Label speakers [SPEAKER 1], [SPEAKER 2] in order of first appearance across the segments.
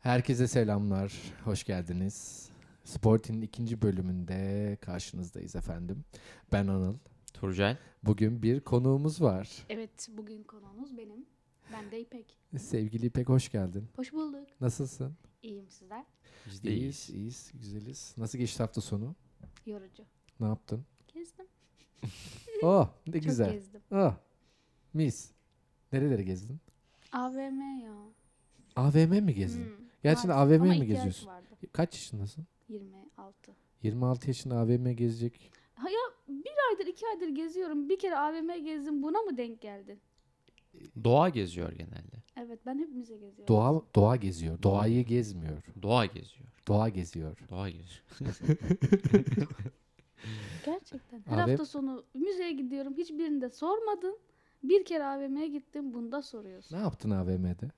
[SPEAKER 1] Herkese selamlar, hoş geldiniz. Sportin'in ikinci bölümünde karşınızdayız efendim. Ben Anıl.
[SPEAKER 2] Turcay.
[SPEAKER 1] Bugün bir konuğumuz var.
[SPEAKER 3] Evet, bugün konuğumuz benim. Ben de İpek.
[SPEAKER 1] Sevgili İpek hoş geldin.
[SPEAKER 3] Hoş bulduk.
[SPEAKER 1] Nasılsın?
[SPEAKER 3] İyiyim sizler.
[SPEAKER 2] Biz
[SPEAKER 1] İyiyiz, iyiyiz, güzeliz. Nasıl geçti hafta sonu?
[SPEAKER 3] Yorucu.
[SPEAKER 1] Ne yaptın?
[SPEAKER 3] Gezdim.
[SPEAKER 1] Oh, ne
[SPEAKER 3] Çok
[SPEAKER 1] güzel.
[SPEAKER 3] gezdim.
[SPEAKER 1] Oh, mis. Nerelere gezdin?
[SPEAKER 3] AVM ya.
[SPEAKER 1] AVM mi gezdin?
[SPEAKER 3] Hmm,
[SPEAKER 1] Gerçekten
[SPEAKER 3] var.
[SPEAKER 1] AVM
[SPEAKER 3] Ama
[SPEAKER 1] mi
[SPEAKER 3] ihtiyaç
[SPEAKER 1] geziyorsun?
[SPEAKER 3] vardı.
[SPEAKER 1] Kaç yaşındasın?
[SPEAKER 3] 26.
[SPEAKER 1] 26 yaşında AVM gezecek.
[SPEAKER 3] Ha ya bir aydır iki aydır geziyorum. Bir kere AVM gezdim. Buna mı denk geldi?
[SPEAKER 2] Doğa geziyor genelde.
[SPEAKER 3] Evet ben hep müze geziyorum.
[SPEAKER 1] Doğa doğa geziyor. Doğayı gezmiyor.
[SPEAKER 2] Doğa geziyor.
[SPEAKER 1] Doğa geziyor.
[SPEAKER 2] Doğa geziyor.
[SPEAKER 3] Gerçekten. Her
[SPEAKER 1] AVM
[SPEAKER 3] hafta sonu müzeye gidiyorum. Hiçbirinde sormadın. Bir kere AVM'ye gittim. Bunda soruyorsun.
[SPEAKER 1] Ne yaptın AVM'de?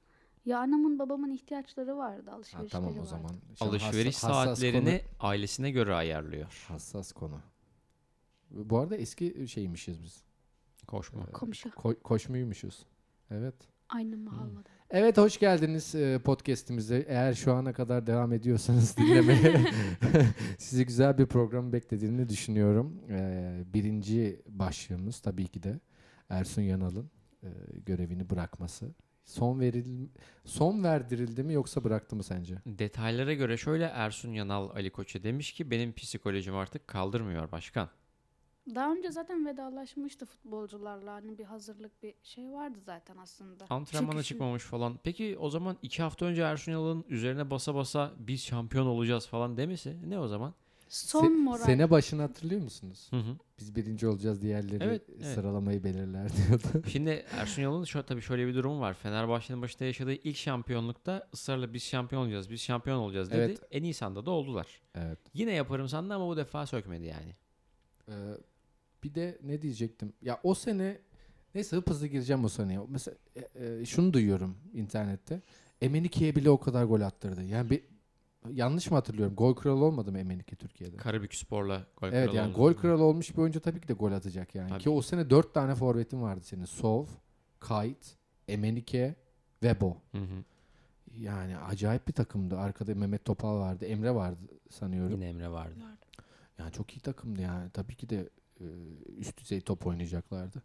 [SPEAKER 3] Ya anamın babamın ihtiyaçları vardı.
[SPEAKER 1] Ha,
[SPEAKER 3] Alışverişleri
[SPEAKER 1] tamam o
[SPEAKER 3] vardı.
[SPEAKER 1] zaman. Şu an
[SPEAKER 2] Alışveriş
[SPEAKER 1] hassa- hassas
[SPEAKER 2] saatlerini ailesine göre ayarlıyor.
[SPEAKER 1] konu- hassas konu. Bu arada eski şeymişiz biz.
[SPEAKER 2] Koşma.
[SPEAKER 3] Komşu.
[SPEAKER 1] Ko- koşmuymuşuz. Evet.
[SPEAKER 3] Aynı
[SPEAKER 1] Hmm.
[SPEAKER 3] mahallede.
[SPEAKER 1] Evet hoş geldiniz e, podcast'imize. Eğer şu ana kadar devam ediyorsanız dinlemeye sizi güzel bir program beklediğini düşünüyorum. E, birinci başlığımız tabii ki de Ersun Yanal'ın e, görevini bırakması. Son veril son verdirildi mi yoksa bıraktı mı sence?
[SPEAKER 2] Detaylara göre şöyle Ersun Yanal Ali Koç'a demiş ki benim psikolojim artık kaldırmıyor başkan.
[SPEAKER 3] Daha önce zaten vedalaşmıştı futbolcularla. Hani bir hazırlık bir şey vardı zaten aslında.
[SPEAKER 2] Antrenmana
[SPEAKER 3] Çekişim.
[SPEAKER 2] çıkmamış falan. Peki o zaman iki hafta önce Ersun Yanal'ın üzerine basa basa biz şampiyon olacağız falan demesi ne o zaman?
[SPEAKER 3] Son
[SPEAKER 1] Se-
[SPEAKER 3] moral.
[SPEAKER 1] Sene başını hatırlıyor musunuz?
[SPEAKER 2] Hı hı.
[SPEAKER 1] Biz birinci olacağız diğerleri
[SPEAKER 2] Evet, evet.
[SPEAKER 1] sıralamayı belirler diyordu.
[SPEAKER 2] Şimdi Ersun Yanal'ın şu, tabii şöyle bir durumu var. Fenerbahçe'nin başında yaşadığı ilk şampiyonlukta ısrarla biz şampiyon olacağız, biz şampiyon olacağız dedi.
[SPEAKER 1] Evet.
[SPEAKER 2] En iyi sanda da oldular.
[SPEAKER 1] evet.
[SPEAKER 2] Yine yaparım sandı ama bu defa sökmedi yani.
[SPEAKER 1] Ee, bir de ne diyecektim? Ya o sene neyse hıp hızlı gireceğim o seneye. Mesela e, e, şunu duyuyorum internette. Emenike'ye bile o kadar gol attırdı. Yani bir yanlış mı hatırlıyorum? Gol kralı olmadı mı Emenike Türkiye'de?
[SPEAKER 2] Karabük Spor'la gol
[SPEAKER 1] evet
[SPEAKER 2] kralı
[SPEAKER 1] yani
[SPEAKER 2] oldu.
[SPEAKER 1] gol kralı olmuş bir oyuncu tabii ki de gol atacak yani.
[SPEAKER 2] Tabii.
[SPEAKER 1] Ki o sene dört tane forvetin vardı senin. Sov, Kayt, Emenike, Vebo.
[SPEAKER 2] Hı hı.
[SPEAKER 1] Yani acayip bir takımdı. Arkada Mehmet Topal vardı, Emre vardı sanıyorum.
[SPEAKER 2] Yine Emre vardı.
[SPEAKER 1] Yani çok iyi takımdı yani. Tabii ki de e, üst düzey top oynayacaklardı.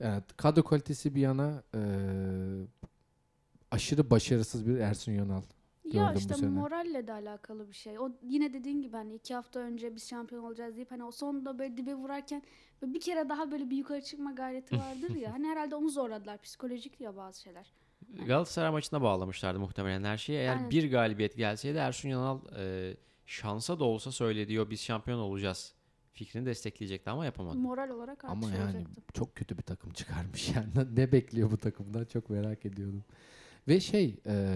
[SPEAKER 1] Yani kadro kalitesi bir yana e, aşırı başarısız bir Ersun Yanal.
[SPEAKER 3] ya
[SPEAKER 1] gördüm bu
[SPEAKER 3] işte
[SPEAKER 1] sene.
[SPEAKER 3] moralle de alakalı bir şey. O yine dediğin gibi hani iki hafta önce biz şampiyon olacağız deyip hani o sonunda böyle dibe vurarken böyle bir kere daha böyle bir yukarı çıkma gayreti vardır ya. hani herhalde onu zorladılar. Psikolojik ya bazı şeyler.
[SPEAKER 2] Galatasaray maçına bağlamışlardı muhtemelen her şeyi. Eğer
[SPEAKER 3] Aynen.
[SPEAKER 2] bir galibiyet gelseydi Ersun Yanal e, şansa da olsa söylediği o biz şampiyon olacağız fikrini destekleyecekti ama yapamadı.
[SPEAKER 3] Moral olarak artış
[SPEAKER 1] Ama yani
[SPEAKER 3] olacaktı.
[SPEAKER 1] çok kötü bir takım çıkarmış yani. ne bekliyor bu takımdan çok merak ediyordum. Ve şey e,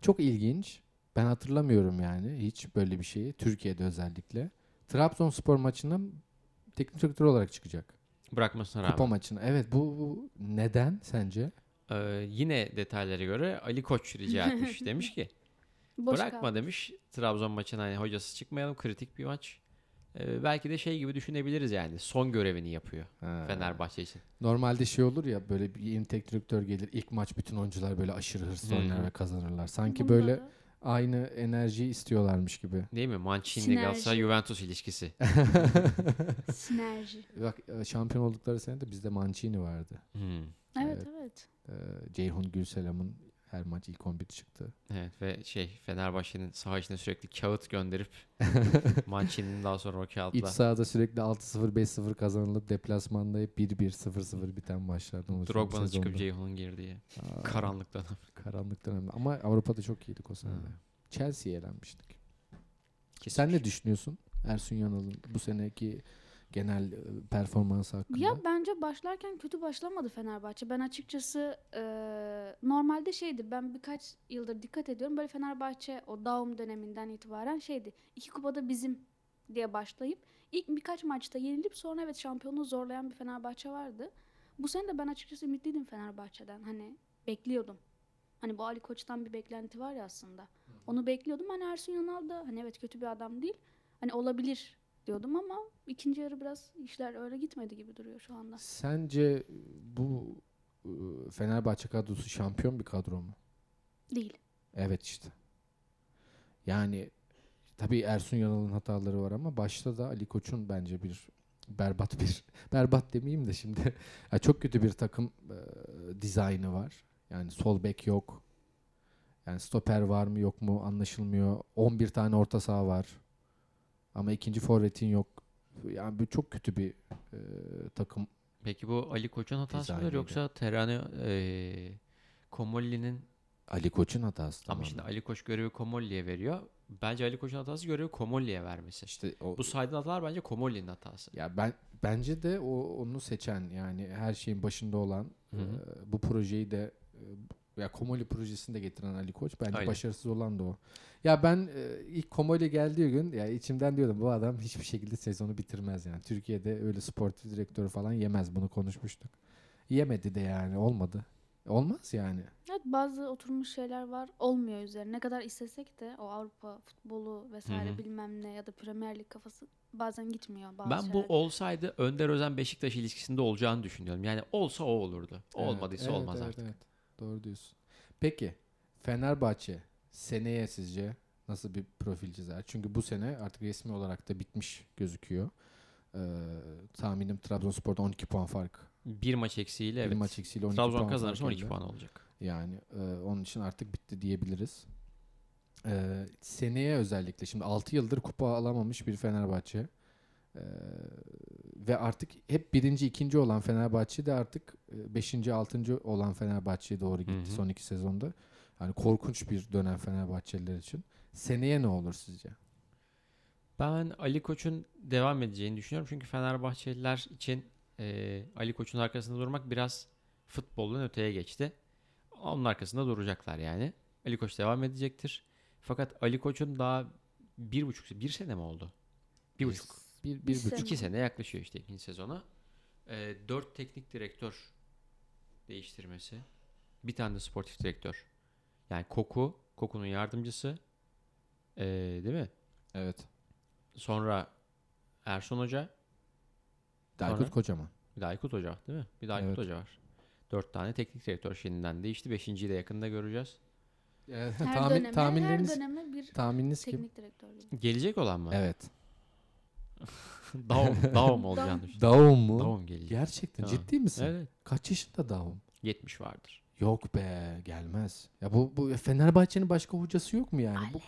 [SPEAKER 1] çok ilginç. Ben hatırlamıyorum yani hiç böyle bir şeyi. Türkiye'de özellikle. Trabzonspor maçına teknik direktör olarak çıkacak.
[SPEAKER 2] Bırakmasına
[SPEAKER 1] Kupa
[SPEAKER 2] rağmen.
[SPEAKER 1] maçına. Evet bu, bu neden sence?
[SPEAKER 2] E, yine detaylara göre Ali Koç rica etmiş. demiş ki
[SPEAKER 3] Boş
[SPEAKER 2] Bırakma
[SPEAKER 3] kaldı.
[SPEAKER 2] demiş. Trabzon maçına hani hocası çıkmayalım. Kritik bir maç. Ee, belki de şey gibi düşünebiliriz yani. Son görevini yapıyor
[SPEAKER 1] Ha.
[SPEAKER 2] Fenerbahçe için.
[SPEAKER 1] Normalde şey olur ya böyle bir yeni teknik direktör gelir ilk maç bütün oyuncular böyle aşırı hırslı
[SPEAKER 2] Hı.
[SPEAKER 1] oynar ve kazanırlar. Sanki
[SPEAKER 3] Bunda
[SPEAKER 1] böyle
[SPEAKER 3] da-
[SPEAKER 1] aynı enerjiyi istiyorlarmış gibi.
[SPEAKER 2] Değil mi? Mancini,
[SPEAKER 3] Sinerji.
[SPEAKER 2] Galatasaray, Juventus ilişkisi.
[SPEAKER 3] sinerji.
[SPEAKER 1] Bak e, şampiyon oldukları sene de bizde Mancini vardı.
[SPEAKER 2] Hmm.
[SPEAKER 3] Evet evet.
[SPEAKER 1] E, Ceyhun Gülselam'ın her maç ilk 11 çıktı.
[SPEAKER 2] Evet ve şey Fenerbahçe'nin saha içine sürekli kağıt gönderip Mancini'nin daha sonra o
[SPEAKER 1] İç
[SPEAKER 2] kağıtla
[SPEAKER 1] sahada sürekli 6-0 5-0 kazanılıp deplasmanda hep 1-1 0-0 biten maçlardan oluşan bir
[SPEAKER 2] Drogba'nın çıkıp
[SPEAKER 1] sezondu.
[SPEAKER 2] Ceyhun'un girdiği
[SPEAKER 1] Aa,
[SPEAKER 2] karanlık dönem.
[SPEAKER 1] Karanlık dönemde. Ama Avrupa'da çok iyiydik o sene.
[SPEAKER 2] Ha.
[SPEAKER 1] de. Chelsea'ye elenmiştik.
[SPEAKER 2] Kesin.
[SPEAKER 1] Sen ne düşünüyorsun Ersun Yanal'ın bu seneki genel e, performansı hakkında?
[SPEAKER 3] Ya bence başlarken kötü başlamadı Fenerbahçe. Ben açıkçası eee, normalde şeydi ben birkaç yıldır dikkat ediyorum. Böyle Fenerbahçe o Daum döneminden itibaren şeydi. İki kupada bizim diye başlayıp ilk birkaç maçta yenilip sonra evet şampiyonluğu zorlayan bir Fenerbahçe vardı. Bu sene de ben açıkçası ümitliydim Fenerbahçe'den. Hani bekliyordum. Hani bu Ali Koç'tan bir beklenti var ya aslında. Onu bekliyordum. Hani Ersun Yanal da hani evet kötü bir adam değil. Hani olabilir diyordum ama ikinci yarı biraz işler öyle gitmedi gibi duruyor şu anda.
[SPEAKER 1] Sence bu ıı, Fenerbahçe kadrosu şampiyon bir kadro mu?
[SPEAKER 3] Değil.
[SPEAKER 1] Evet işte. Yani tabii Ersun Yanal'ın hataları var ama başta da Ali Koç'un bence bir berbat bir berbat demeyeyim de şimdi ya çok kötü bir takım e, dizaynı var. Yani sol bek yok. Yani stoper var mı yok mu anlaşılmıyor. 11 tane orta saha var. Ama ikinci forvetin yok. Yani bu çok kötü bir e, takım.
[SPEAKER 2] Peki bu Ali Koç'un hatası mıdır
[SPEAKER 1] Dizaynıydı.
[SPEAKER 2] yoksa Terane eee Komolli'nin
[SPEAKER 1] Ali Koç'un hatası
[SPEAKER 2] ama
[SPEAKER 1] tamamen.
[SPEAKER 2] şimdi Ali Koç görevi Komolli'ye veriyor. Bence Ali Koç'un hatası görevi Komolli'ye vermesi.
[SPEAKER 1] İşte o-
[SPEAKER 2] Bu saydığın hatalar bence Komolli'nin hatası.
[SPEAKER 1] Ya ben bence de o onu seçen yani her şeyin başında olan
[SPEAKER 2] Hı hı.
[SPEAKER 1] e, bu projeyi de e, ya Komoli projesini de getiren Ali Koç bence
[SPEAKER 2] Aynen.
[SPEAKER 1] başarısız olan da o. Ya ben e, ilk Komoli geldiği gün ya içimden diyordum bu adam hiçbir şekilde sezonu bitirmez yani. Türkiye'de öyle sportif direktörü falan yemez bunu konuşmuştuk. Yemedi de yani olmadı. Olmaz yani.
[SPEAKER 3] Evet bazı oturmuş şeyler var olmuyor üzerine. Ne kadar istesek de o Avrupa futbolu vesaire
[SPEAKER 2] Hı hı.
[SPEAKER 3] bilmem ne ya da Premier Lig kafası bazen gitmiyor bazı
[SPEAKER 2] Ben bu
[SPEAKER 3] şeyler.
[SPEAKER 2] olsaydı Önder Özen Beşiktaş ilişkisinde olacağını düşünüyorum. Yani olsa o olurdu.
[SPEAKER 1] Evet,
[SPEAKER 2] Olmadıysa
[SPEAKER 1] evet,
[SPEAKER 2] olmaz
[SPEAKER 1] evet,
[SPEAKER 2] artık.
[SPEAKER 1] evet. Doğru diyorsun. Peki Fenerbahçe seneye sizce nasıl bir profil çizer? Çünkü bu sene artık resmi olarak da bitmiş gözüküyor. Ee, tahminim Trabzonspor'da 12 puan fark.
[SPEAKER 2] Bir maç eksiğiyle
[SPEAKER 1] Bir
[SPEAKER 2] evet.
[SPEAKER 1] maç eksiğiyle 12
[SPEAKER 2] Trabzon
[SPEAKER 1] puan
[SPEAKER 2] kazanırsa
[SPEAKER 1] fark
[SPEAKER 2] 12
[SPEAKER 1] elde.
[SPEAKER 2] puan olacak.
[SPEAKER 1] Yani e, onun için artık bitti diyebiliriz. Ee, seneye özellikle şimdi 6 yıldır kupa alamamış bir Fenerbahçe. Ee, ve artık hep birinci, ikinci olan Fenerbahçe de artık e, beşinci, altıncı olan Fenerbahçe'ye doğru gitti
[SPEAKER 2] Hı hı.
[SPEAKER 1] son iki sezonda. Yani korkunç bir dönem Fenerbahçeliler için. Seneye ne olur sizce?
[SPEAKER 2] Ben Ali Koç'un devam edeceğini düşünüyorum. Çünkü Fenerbahçeliler için eee, Ali Koç'un arkasında durmak biraz futbolun öteye geçti. Onun arkasında duracaklar yani. Ali Koç devam edecektir. Fakat Ali Koç'un daha bir buçuk, bir sene mi oldu? Bir buçuk.
[SPEAKER 1] Bir,
[SPEAKER 3] Bir
[SPEAKER 1] bir buçuk.
[SPEAKER 3] sene.
[SPEAKER 2] İki sene yaklaşıyor işte ikinci sezona. Ee, dört teknik direktör değiştirmesi. Bir tane de sportif direktör. Yani Koku, Koku'nun yardımcısı. Ee, değil mi?
[SPEAKER 1] Evet.
[SPEAKER 2] Sonra Ersun Hoca.
[SPEAKER 1] Taykut
[SPEAKER 2] Sonra?
[SPEAKER 1] Kocaman.
[SPEAKER 2] Bir de Aykut Hoca değil mi? Bir de Aykut
[SPEAKER 1] Evet.
[SPEAKER 2] Hoca var. Dört tane teknik direktör şimdiden değişti. Beşinciyi de yakında göreceğiz.
[SPEAKER 3] her
[SPEAKER 1] Tahmin-
[SPEAKER 3] döneme,
[SPEAKER 1] tahminleriniz,
[SPEAKER 3] her döneme bir
[SPEAKER 1] tahmininiz kim?
[SPEAKER 3] teknik direktör gibi.
[SPEAKER 2] Gelecek olan mı?
[SPEAKER 1] Evet.
[SPEAKER 2] Daum, Daum olacağını düşünüyorum.
[SPEAKER 1] Davum mu?
[SPEAKER 2] Daum gelecek.
[SPEAKER 1] Gerçekten
[SPEAKER 2] Ha.
[SPEAKER 1] ciddi misin?
[SPEAKER 2] Evet.
[SPEAKER 1] Kaç yaşında Davum?
[SPEAKER 2] 70 vardır.
[SPEAKER 1] Yok be gelmez. Ya bu bu Fenerbahçe'nin başka hocası yok mu yani? Bu,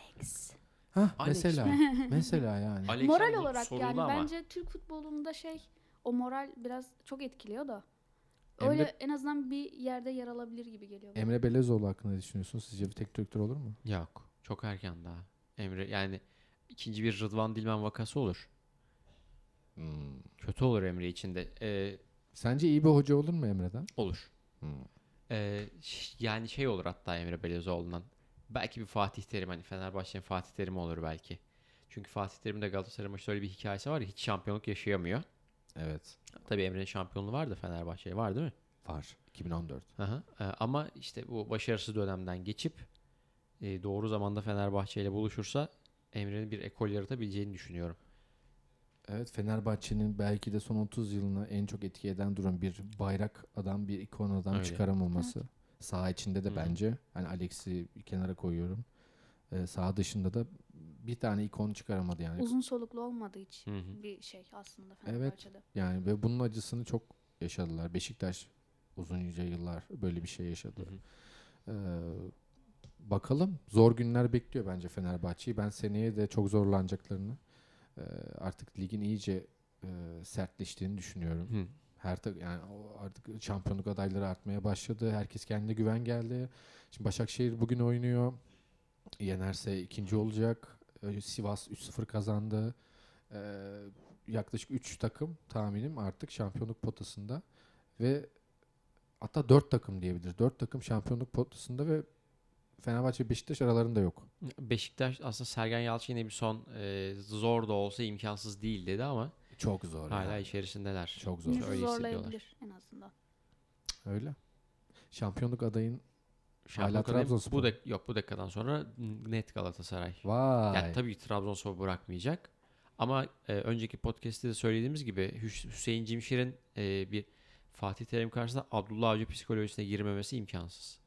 [SPEAKER 1] ha
[SPEAKER 2] Alex.
[SPEAKER 1] mesela mesela yani.
[SPEAKER 2] Alexander
[SPEAKER 3] Moral olarak
[SPEAKER 2] soruldu
[SPEAKER 3] yani
[SPEAKER 2] ama.
[SPEAKER 3] bence Türk futbolunda şey o moral biraz çok etkiliyor da.
[SPEAKER 1] Emre-
[SPEAKER 3] Öyle en azından bir yerde yer alabilir gibi geliyor. bana.
[SPEAKER 1] Emre Belezoğlu hakkında ne düşünüyorsunuz? Sizce bir tek direktör olur mu?
[SPEAKER 2] Yok. Çok erken daha. Emre yani ikinci bir Rıdvan Dilmen vakası olur. Hmm. Kötü olur Emre için de. Ee,
[SPEAKER 1] Sence iyi bir hoca olur mu Emre'den?
[SPEAKER 2] olur.
[SPEAKER 1] Hmm.
[SPEAKER 2] Ee, ş- yani şey olur hatta Emre Belezoğlu'ndan. Belki bir Fatih Terim hani Fenerbahçe'nin Fatih Terim'i olur belki. Çünkü Fatih Terim'in de Galatasaray maçında öyle bir hikayesi var ya hiç şampiyonluk yaşayamıyor.
[SPEAKER 1] Evet.
[SPEAKER 2] Tabii Emre'nin şampiyonluğu var da Fenerbahçe'ye var değil mi?
[SPEAKER 1] Var. 2014.
[SPEAKER 2] Aha. Ee, ama işte bu başarısız dönemden geçip e, doğru zamanda Fenerbahçe ile buluşursa Emre'nin bir ekol yaratabileceğini düşünüyorum.
[SPEAKER 1] Evet Fenerbahçe'nin belki de son 30 yılına en çok etki eden durum bir bayrak adam bir ikon adam
[SPEAKER 2] Öyle.
[SPEAKER 1] çıkaramaması. Saha içinde de
[SPEAKER 2] Hı.
[SPEAKER 1] bence hani Alex'i bir kenara koyuyorum. Ee, saha dışında da bir tane ikon çıkaramadı yani.
[SPEAKER 3] Uzun soluklu olmadığı için
[SPEAKER 2] Hı hı.
[SPEAKER 3] bir şey aslında
[SPEAKER 1] Evet.
[SPEAKER 3] Fenerbahçe'de.
[SPEAKER 1] Yani ve bunun acısını çok yaşadılar. Beşiktaş uzunca yıllar böyle bir şey yaşadı.
[SPEAKER 2] Hı hı.
[SPEAKER 1] Ee, bakalım zor günler bekliyor bence Fenerbahçe'yi. Ben seneye de çok zorlanacaklarını e, artık ligin iyice e, sertleştiğini düşünüyorum.
[SPEAKER 2] Hı.
[SPEAKER 1] Her tak- yani o artık şampiyonluk adayları artmaya başladı. Herkes kendine güven geldi. Şimdi Başakşehir bugün oynuyor. Yenerse ikinci olacak. Ee, Sivas 3-0 kazandı. Ee, yaklaşık 3 takım tahminim artık şampiyonluk potasında ve hatta 4 takım diyebiliriz. 4 takım şampiyonluk potasında ve Fenerbahçe Beşiktaş aralarında yok.
[SPEAKER 2] Beşiktaş aslında Sergen Yalçın yine bir son e, zor da olsa imkansız değil dedi ama
[SPEAKER 1] Çok zor.
[SPEAKER 2] hala
[SPEAKER 1] ya.
[SPEAKER 2] içerisindeler.
[SPEAKER 1] Çok zor.
[SPEAKER 2] Öyle
[SPEAKER 3] Bizi
[SPEAKER 2] hissediyorlar.
[SPEAKER 3] zorlayabilir en azından.
[SPEAKER 1] Öyle. Şampiyonluk adayın
[SPEAKER 2] Şampiyonluk adayı
[SPEAKER 1] Trabzonspor.
[SPEAKER 2] Bu da yok bu dakikadan sonra net Galatasaray.
[SPEAKER 1] vay.
[SPEAKER 2] Yani tabii ki Trabzonspor bırakmayacak. Ama e, önceki podcast'te de söylediğimiz gibi Hüs- Hüseyin Cimşir'in e, bir Fatih Terim karşısında Abdullah Avcı psikolojisine girmemesi imkansız.